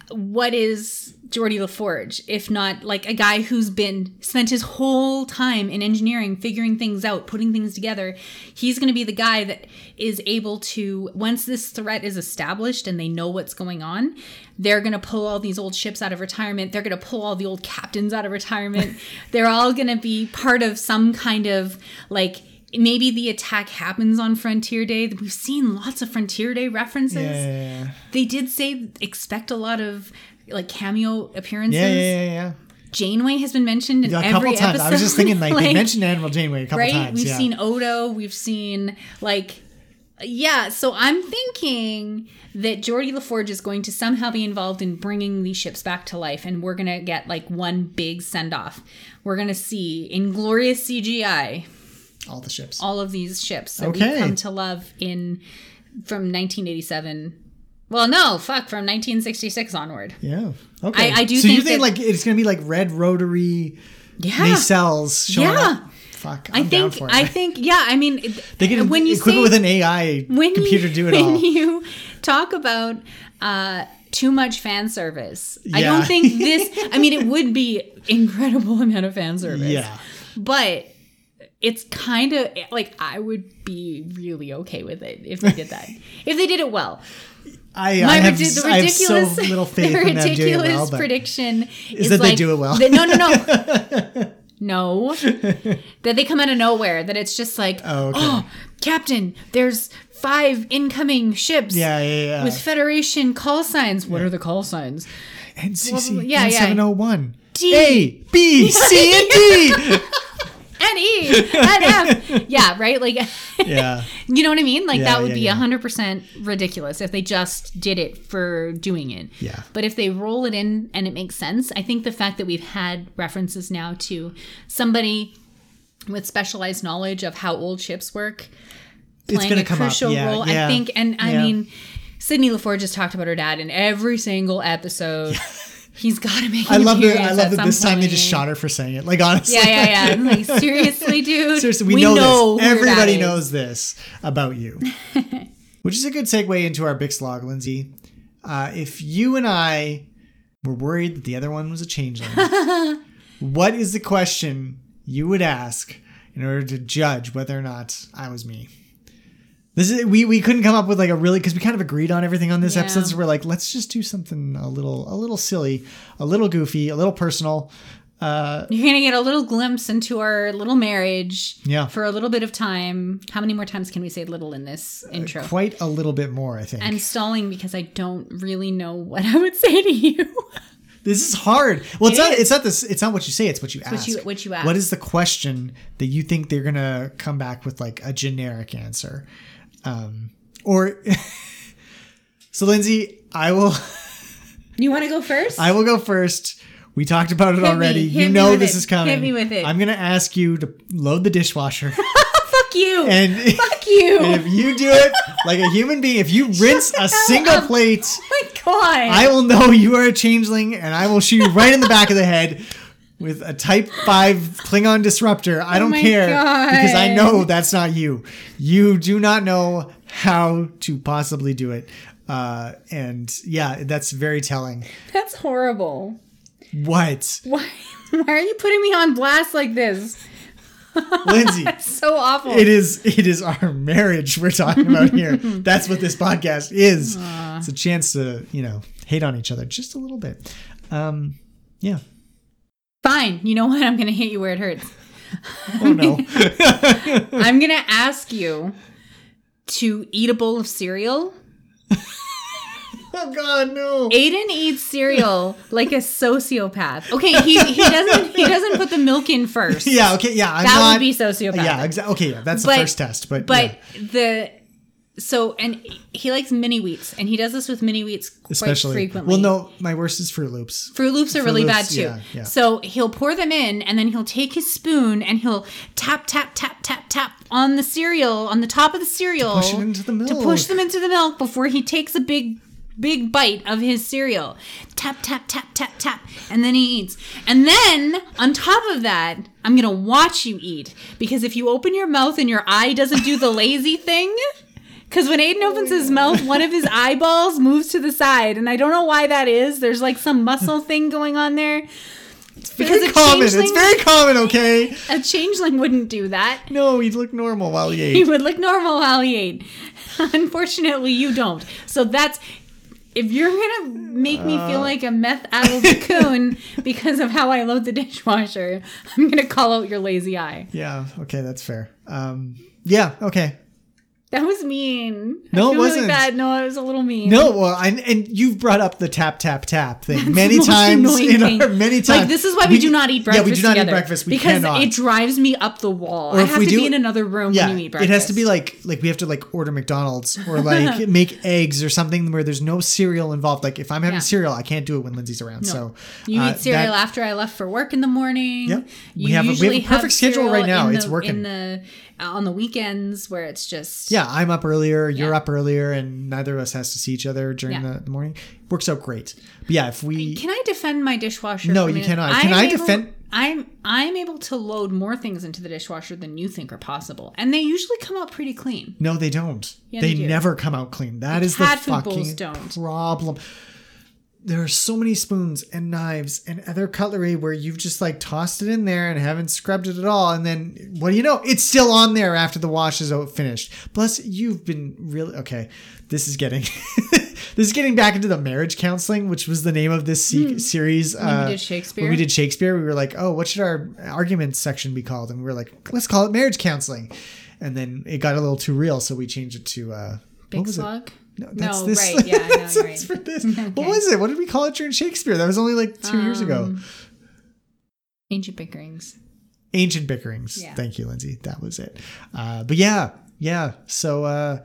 I: What is Geordie LaForge if not like a guy who's been spent his whole time in engineering, figuring things out, putting things together? He's going to be the guy that is able to, once this threat is established and they know what's going on, they're going to pull all these old ships out of retirement. They're going to pull all the old captains out of retirement. they're all going to be part of some kind of like, Maybe the attack happens on Frontier Day. We've seen lots of Frontier Day references
H: Yeah, yeah, yeah,
I: they did say expect a lot of like cameo appearances.
H: yeah, yeah, yeah, yeah,
I: Janeway has been mentioned in
H: yeah. A
I: every
H: couple times.
I: episode.
H: I was just thinking, like,
I: [LAUGHS]
H: they mentioned Admiral Janeway a couple
I: right?
H: times.
I: We've
H: yeah.
I: seen Odo. We've seen like yeah. So I'm thinking that Geordie LaForge is going to somehow be involved in bringing these ships back to life, and we're gonna get like one big send off. We're gonna see inglorious CGI
H: all the ships.
I: all of these ships that
H: Okay.
I: we've come to love in from 1987. Well, no, fuck, from 1966 onward.
H: yeah. Okay.
I: I- I do
H: So you
I: think
H: think
I: that-
H: like it's going to be like red rotary
I: Yeah.
H: nacelles showing
I: Yeah.
H: up? Fuck. I'm
I: I
H: down
I: think
H: for it.
I: I think yeah. I mean, it-
H: [LAUGHS] they can
I: when you
H: equip
I: say
H: it with an AI
I: when
H: computer
I: you,
H: do it
I: [LAUGHS] when
H: all.
I: you talk about uh, too much fan service, I
H: Yeah.
I: don't think this.
H: [LAUGHS]
I: I mean, it would be incredible [LAUGHS] amount of fan service.
H: yeah.
I: but it's kind of like I would be really okay with it if they did that. if they did it well,
H: I,
I: My
H: I, have,
I: ridi- the
H: I have
I: ridiculous, [LAUGHS]
H: so little faith
I: the
H: in them doing it
I: ridiculous
H: well, but
I: prediction is,
H: is that
I: like,
H: they do it well.
I: [LAUGHS] that- no, no,
H: [LAUGHS]
I: no. No, that they come out of nowhere. That it's just like,
H: Oh,
I: oh,
H: okay.
I: [GASPS] Captain, there's five incoming ships
H: yeah, yeah, yeah.
I: with Federation call signs. What are the call signs?
H: NCC
I: Well, yeah, yeah.
H: 701.
I: D.
H: A,
I: [LAUGHS]
H: B, C, and D.
I: N E
H: [LAUGHS]
I: N F. Yeah, right. Like, [LAUGHS]
H: yeah.
I: you know what I mean? Like
H: Yeah,
I: that would
H: yeah,
I: be
H: yeah.
I: hundred percent ridiculous if they just did it for doing it.
H: Yeah.
I: But if they roll it in and it makes sense, I think the fact that we've had references now to somebody with specialized knowledge of how old ships work playing
H: gonna
I: a
H: come up.
I: crucial
H: Yeah,
I: role,
H: yeah,
I: I think. And I
H: yeah.
I: mean, Sydney LaForge just talked about her dad in every single episode. He's got to make. An
H: I love that. I
I: appearance
H: love
I: at
H: that
I: some
H: this time they just
I: point.
H: shot her for saying it. Like honestly.
I: Yeah, yeah, yeah.
H: [LAUGHS]
I: I'm Like seriously, dude.
H: Seriously, we, know, this.
I: who your dad
H: Everybody
I: is.
H: knows this about
I: [LAUGHS]
H: you. Which is a good segue into our Bix log, Lindsay. Uh, if you and I were
I: [LAUGHS]
H: worried that the other one was a changeling, what is the question you would ask in order to judge whether or not I was me. This is we we couldn't come up with like a really because we kind of agreed on everything on this
I: Yeah.
H: episode. So we're like, let's just do something a little a little silly, a little goofy, a little personal. Uh,
I: You're going to get a little glimpse into our little marriage
H: Yeah.
I: for a little bit of time. How many more times can we say little in this intro?
H: Uh, quite a little bit more, I think.
I: I'm stalling because I don't really know what I would [LAUGHS] say to you.
H: This is hard. Well, it's
I: It
H: not.
I: is.
H: It's not this. It's not what you say. It's what you
I: It's
H: ask.
I: what you- what you
H: What
I: ask.
H: is the question that you think they're gonna come back with like a generic answer, um, or? [LAUGHS] so Lindsay, I will.
I: You want to go first?
H: I will go first. We talked about it
I: Hit me.
H: already.
I: Hit
H: you
I: me
H: know
I: with
H: this
I: it.
H: is coming.
I: Hit me with it.
H: I'm gonna ask you to load the dishwasher.
I: Oh, Fuck you.
H: And
I: [LAUGHS] Fuck you.
H: and [LAUGHS] if you do it like a human being, if you rinse
I: [LAUGHS]
H: a single plate,
I: Oh my God.
H: I will know you are a changeling, and I will shoot you right in the back of the head with a Type Five Klingon disruptor. I
I: Oh
H: don't
I: my
H: care
I: God.
H: because I know that's not you. You do not know how to possibly do it, uh, and yeah, that's very telling.
I: That's horrible.
H: What,
I: Why? Why are you putting me on blast like this?
H: Lindsay?
I: That's so awful.
H: It is it is our marriage we're talking about
I: [LAUGHS]
H: here. That's what this podcast is.
I: Aw.
H: It's a chance to, you know, hate on each other just a little bit. Um yeah.
I: Fine. You know what? I'm going to hit you where it
H: [LAUGHS]
I: hurts.
H: Oh
I: [LAUGHS]
H: no.
I: I'm going to ask you to eat a bowl of cereal.
H: Oh God, no!
I: Aiden
H: [LAUGHS]
I: eats cereal like a sociopath. Okay, he, he doesn't he doesn't put the milk in first.
H: [LAUGHS] yeah, okay, yeah. I'm
I: that
H: not,
I: would be sociopathic.
H: Yeah, exactly. Okay, yeah, that's
I: But-
H: the first test, but yeah.
I: But the so and he likes mini wheats, and he does this with mini wheats quite
H: especially
I: frequently.
H: Well, no, my worst is Fruit Loops.
I: Fruit Loops are
H: Froot
I: really
H: Loops,
I: bad too.
H: yeah, yeah.
I: So he'll pour them in and then he'll take his spoon and he'll tap, tap, tap, tap, tap on the cereal, on the top of the cereal.
H: push it into the
I: To push
H: milk.
I: them into the milk before he takes a big, big bite of his cereal. Tap, tap, tap, tap, tap. And then he eats. And then on top of that, I'm going to watch you eat because if you open your mouth and your eye doesn't do the lazy thing, because when Aiden opens
H: Oh,
I: his mouth, one of his eyeballs moves to the side, and I don't know why that is. There's like some muscle thing going on there. It's
H: very common. It's very common,
I: [LAUGHS]
H: okay?
I: A changeling wouldn't do that.
H: No, he'd look normal while he ate.
I: [LAUGHS] He would look normal while he ate. [LAUGHS] Unfortunately, you don't. So that's if you're gonna make me feel
H: Uh.
I: like a meth addled cocoon [LAUGHS] because of how I load the dishwasher, I'm gonna call out your lazy eye.
H: Yeah, okay, that's fair. Um yeah, okay.
I: That was mean. I
H: No, it
I: feel
H: wasn't.
I: Really bad. No, [LAUGHS] it was a little mean.
H: No, well, and and you've brought up the tap tap tap thing
I: That's
H: many
I: the most
H: times
I: annoying
H: in
I: thing.
H: our many times.
I: Like this is why we, do not eat breakfast.
H: Yeah, we do not
I: together,
H: eat breakfast. We
I: because
H: cannot.
I: it drives me up the wall.
H: Or
I: I
H: if
I: have
H: we
I: to
H: do-
I: be in another room
H: yeah,
I: when you eat
H: it
I: breakfast.
H: has to be like like we have to like order McDonald's
I: [LAUGHS]
H: or like make eggs or something where there's no cereal involved. Like if I'm having
I: Yeah.
H: cereal, I can't do it when Lindsay's around.
I: No.
H: So
I: you
H: uh,
I: eat cereal
H: that-
I: after I left for work in the morning.
H: Yep.
I: You
H: We have a- we have a
I: usually
H: perfect schedule
I: cereal
H: right now.
I: in
H: It's
I: the-
H: working.
I: in the uh, on the weekends where it's just
H: Yeah, I'm up earlier. You're up earlier, and neither of us has to see each other during
I: Yeah.
H: the, the morning. Works out great. But yeah, if we
I: Can I defend my dishwasher?
H: No,
I: for a
H: you
I: minute?
H: cannot. Can
I: am
H: I
I: able-
H: defend-
I: I'm I'm able to load more things into the dishwasher than you think are possible, and they usually come out pretty clean.
H: no, they don't.
I: Yeah,
H: they
I: they do.
H: never come out clean. That
I: The
H: is the
I: cat food bowls
H: fucking
I: don't.
H: problem. There are so many spoons and knives and other cutlery where you've just like tossed it in there and haven't scrubbed it at all. And then what do you know? It's still on there after the wash is out finished. Plus, you've been really okay. This is getting [LAUGHS] this is getting back into the marriage counseling, which was the name of this se-
I: Hmm.
H: series. uh,
I: When we did Shakespeare?
H: When we did Shakespeare, we were like, oh, what should our argument section be called? And we were like, let's call it marriage counseling. And then it got a little too real, so we changed it to uh, what
I: Big
H: was it?
I: slug.
H: No, that's
I: no,
H: this- [LAUGHS]
I: right? Yeah, no,
H: that's
I: you're right.
H: for
I: [LAUGHS]
H: this. What was it? What did we call it during Shakespeare? That was only like two years ago.
I: Um, Ancient bickerings.
H: Ancient bickerings.
I: yeah.
H: Thank you, Lindsay. That was it. Uh, but yeah, yeah. So uh,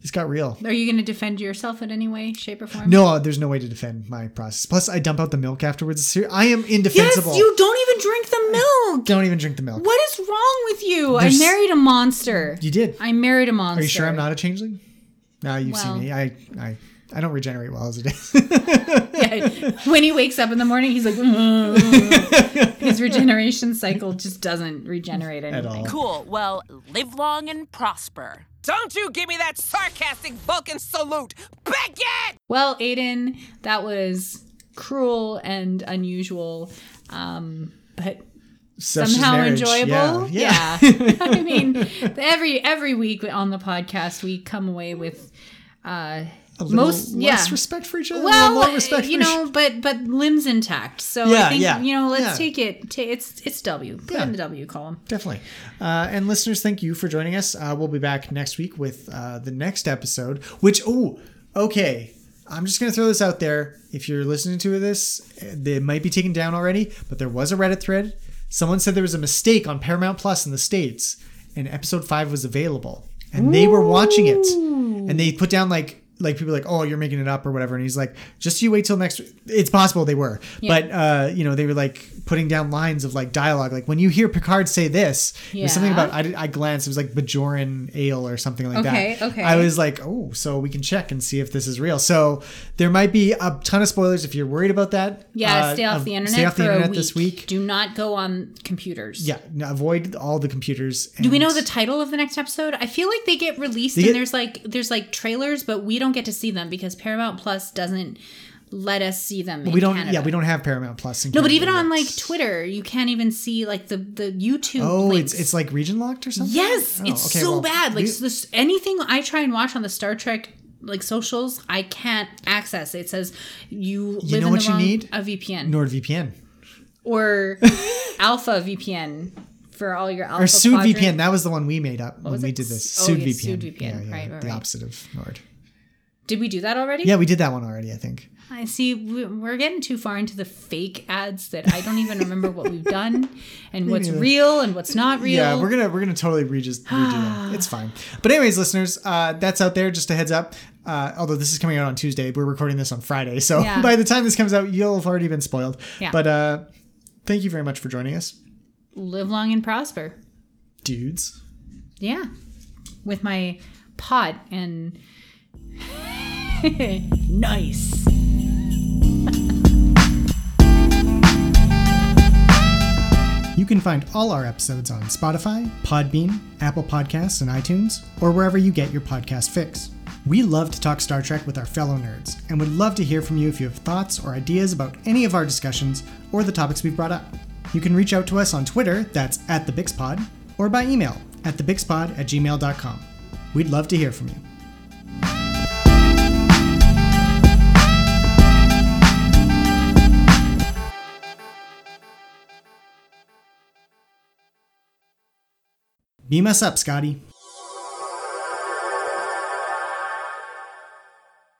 H: this got real.
I: Are you going to defend yourself in any way, shape, or form?
H: No, uh, there's no way to defend my process. Plus, I dump out the milk afterwards. Ser- I am indefensible.
I: Yes, you don't even drink the milk.
H: don't even drink the milk.
I: What is wrong with you?
H: There's-
I: I married a monster.
H: You did.
I: I married a monster.
H: Are you sure I'm not a changeling? No, you've
I: Well-
H: seen me. I, I, I don't regenerate well as it
I: [LAUGHS]
H: is. [LAUGHS]
I: when he wakes up in the morning, he's like,
H: [LAUGHS]
I: "Ugh." his regeneration cycle just doesn't regenerate anything.
N: Cool. Well, live long and prosper. Don't you give me that sarcastic Vulcan salute, Beckett!
I: Well, Aiden, that was cruel and unusual, um, but
H: Such is
I: somehow
H: marriage.
I: enjoyable.
H: Yeah. [LAUGHS]
I: Yeah. I mean, every every week on the podcast, we come away with uh,
H: A little
I: most
H: less
I: yeah.
H: respect for each other, a
I: Well,
H: little more respect
I: you
H: for each-
I: know, but but limbs intact. So
H: Yeah,
I: I think
H: yeah,
I: you know, let's
H: yeah.
I: take it. ta it's it's W. Put it
H: Yeah.
I: in the W column.
H: Definitely. Uh, and listeners, thank you for joining us. Uh, we'll be back next week with uh, the next episode, which, oh, okay. I'm just going to throw this out there. If you're listening to this, uh, they might be taken down already, but there was a Reddit thread. Someone said there was a mistake on Paramount Plus in the States, and episode five was available. And they were watching it. And they put down like, like people are like, oh, you're making it up or whatever. And he's like, just you wait till next. It's possible they were,
I: Yeah.
H: but uh, you know, they were like putting down lines of like dialogue. Like when you hear Picard say this, it was something
I: Yeah.
H: about I, did- I glanced. It was like Bajoran ale or something like
I: Okay,
H: that.
I: okay.
H: I was like, oh, so we can check and see if this is real. So there might be a ton of spoilers if you're worried about that.
I: Yeah,
H: Uh,
I: stay off
H: um,
I: the internet
H: Stay off the
I: for
H: internet
I: a week.
H: this week.
I: Do not go on computers.
H: Yeah, no, avoid all the computers.
I: Do we
H: and-
I: know the title of the next episode? I feel like they get released
H: They
I: and
H: get-
I: there's like there's like trailers, but we don't get to see them because Paramount Plus doesn't let us see them.
H: Well,
I: in
H: we don't.
I: Canada.
H: Yeah, we don't have Paramount Plus. In
I: No, but
H: Canada
I: even
H: yet.
I: on like Twitter, you can't even see like the the YouTube.
H: Oh,
I: links.
H: it's it's like region locked or something.
I: yes,
H: Oh,
I: it's
H: okay,
I: so
H: well,
I: bad. Like
H: we-
I: so this, anything I try and watch on the Star Trek like socials, I can't access. It says you live
H: know
I: in
H: what
I: the
H: you
I: wrong
H: need?
I: a VPN
H: NordVPN [LAUGHS]
I: or Alpha VPN for all your Alpha
H: or Sud
I: Oh, Quadrant.
H: VPN. That was the one we made up when
I: was
H: we
I: it?
H: did this.
I: Oh,
H: Sud
I: yeah,
H: VPN.
I: SudVPN,
H: Yeah, yeah,
I: right, right,
H: the
I: right.
H: opposite of Nord.
I: Did we do that already?
H: Yeah, we did that one already. I think.
I: I see. we- We're getting too far into the fake ads that I don't even remember what
H: [LAUGHS]
I: we've done and
H: Me
I: what's
H: neither.
I: real and what's not real.
H: Yeah, we're gonna we're gonna totally re
I: [GASPS]
H: just redo them. It's fine. But anyways, listeners, uh, that's out there. Just a heads up. Uh, although this is coming out on Tuesday, we're recording this on Friday, so [LAUGHS]
I: Yeah.
H: by the time this comes out, you'll have already been spoiled.
I: Yeah.
H: But uh, thank you very much for joining us,
I: live long and prosper.
H: dudes.
I: Yeah, with my pot and [LAUGHS] nice.
H: You can find all our episodes on Spotify, Podbean, Apple Podcasts, and iTunes, or wherever you get your podcast fix. We love to talk Star Trek with our fellow nerds, and would love to hear from you if you have thoughts or ideas about any of our discussions or the topics we brought up. You can reach out to us on Twitter, that's at thebixpod, or by email at thebixpod at gmail.com. We'd love to hear from you. Beam us up, Scotty.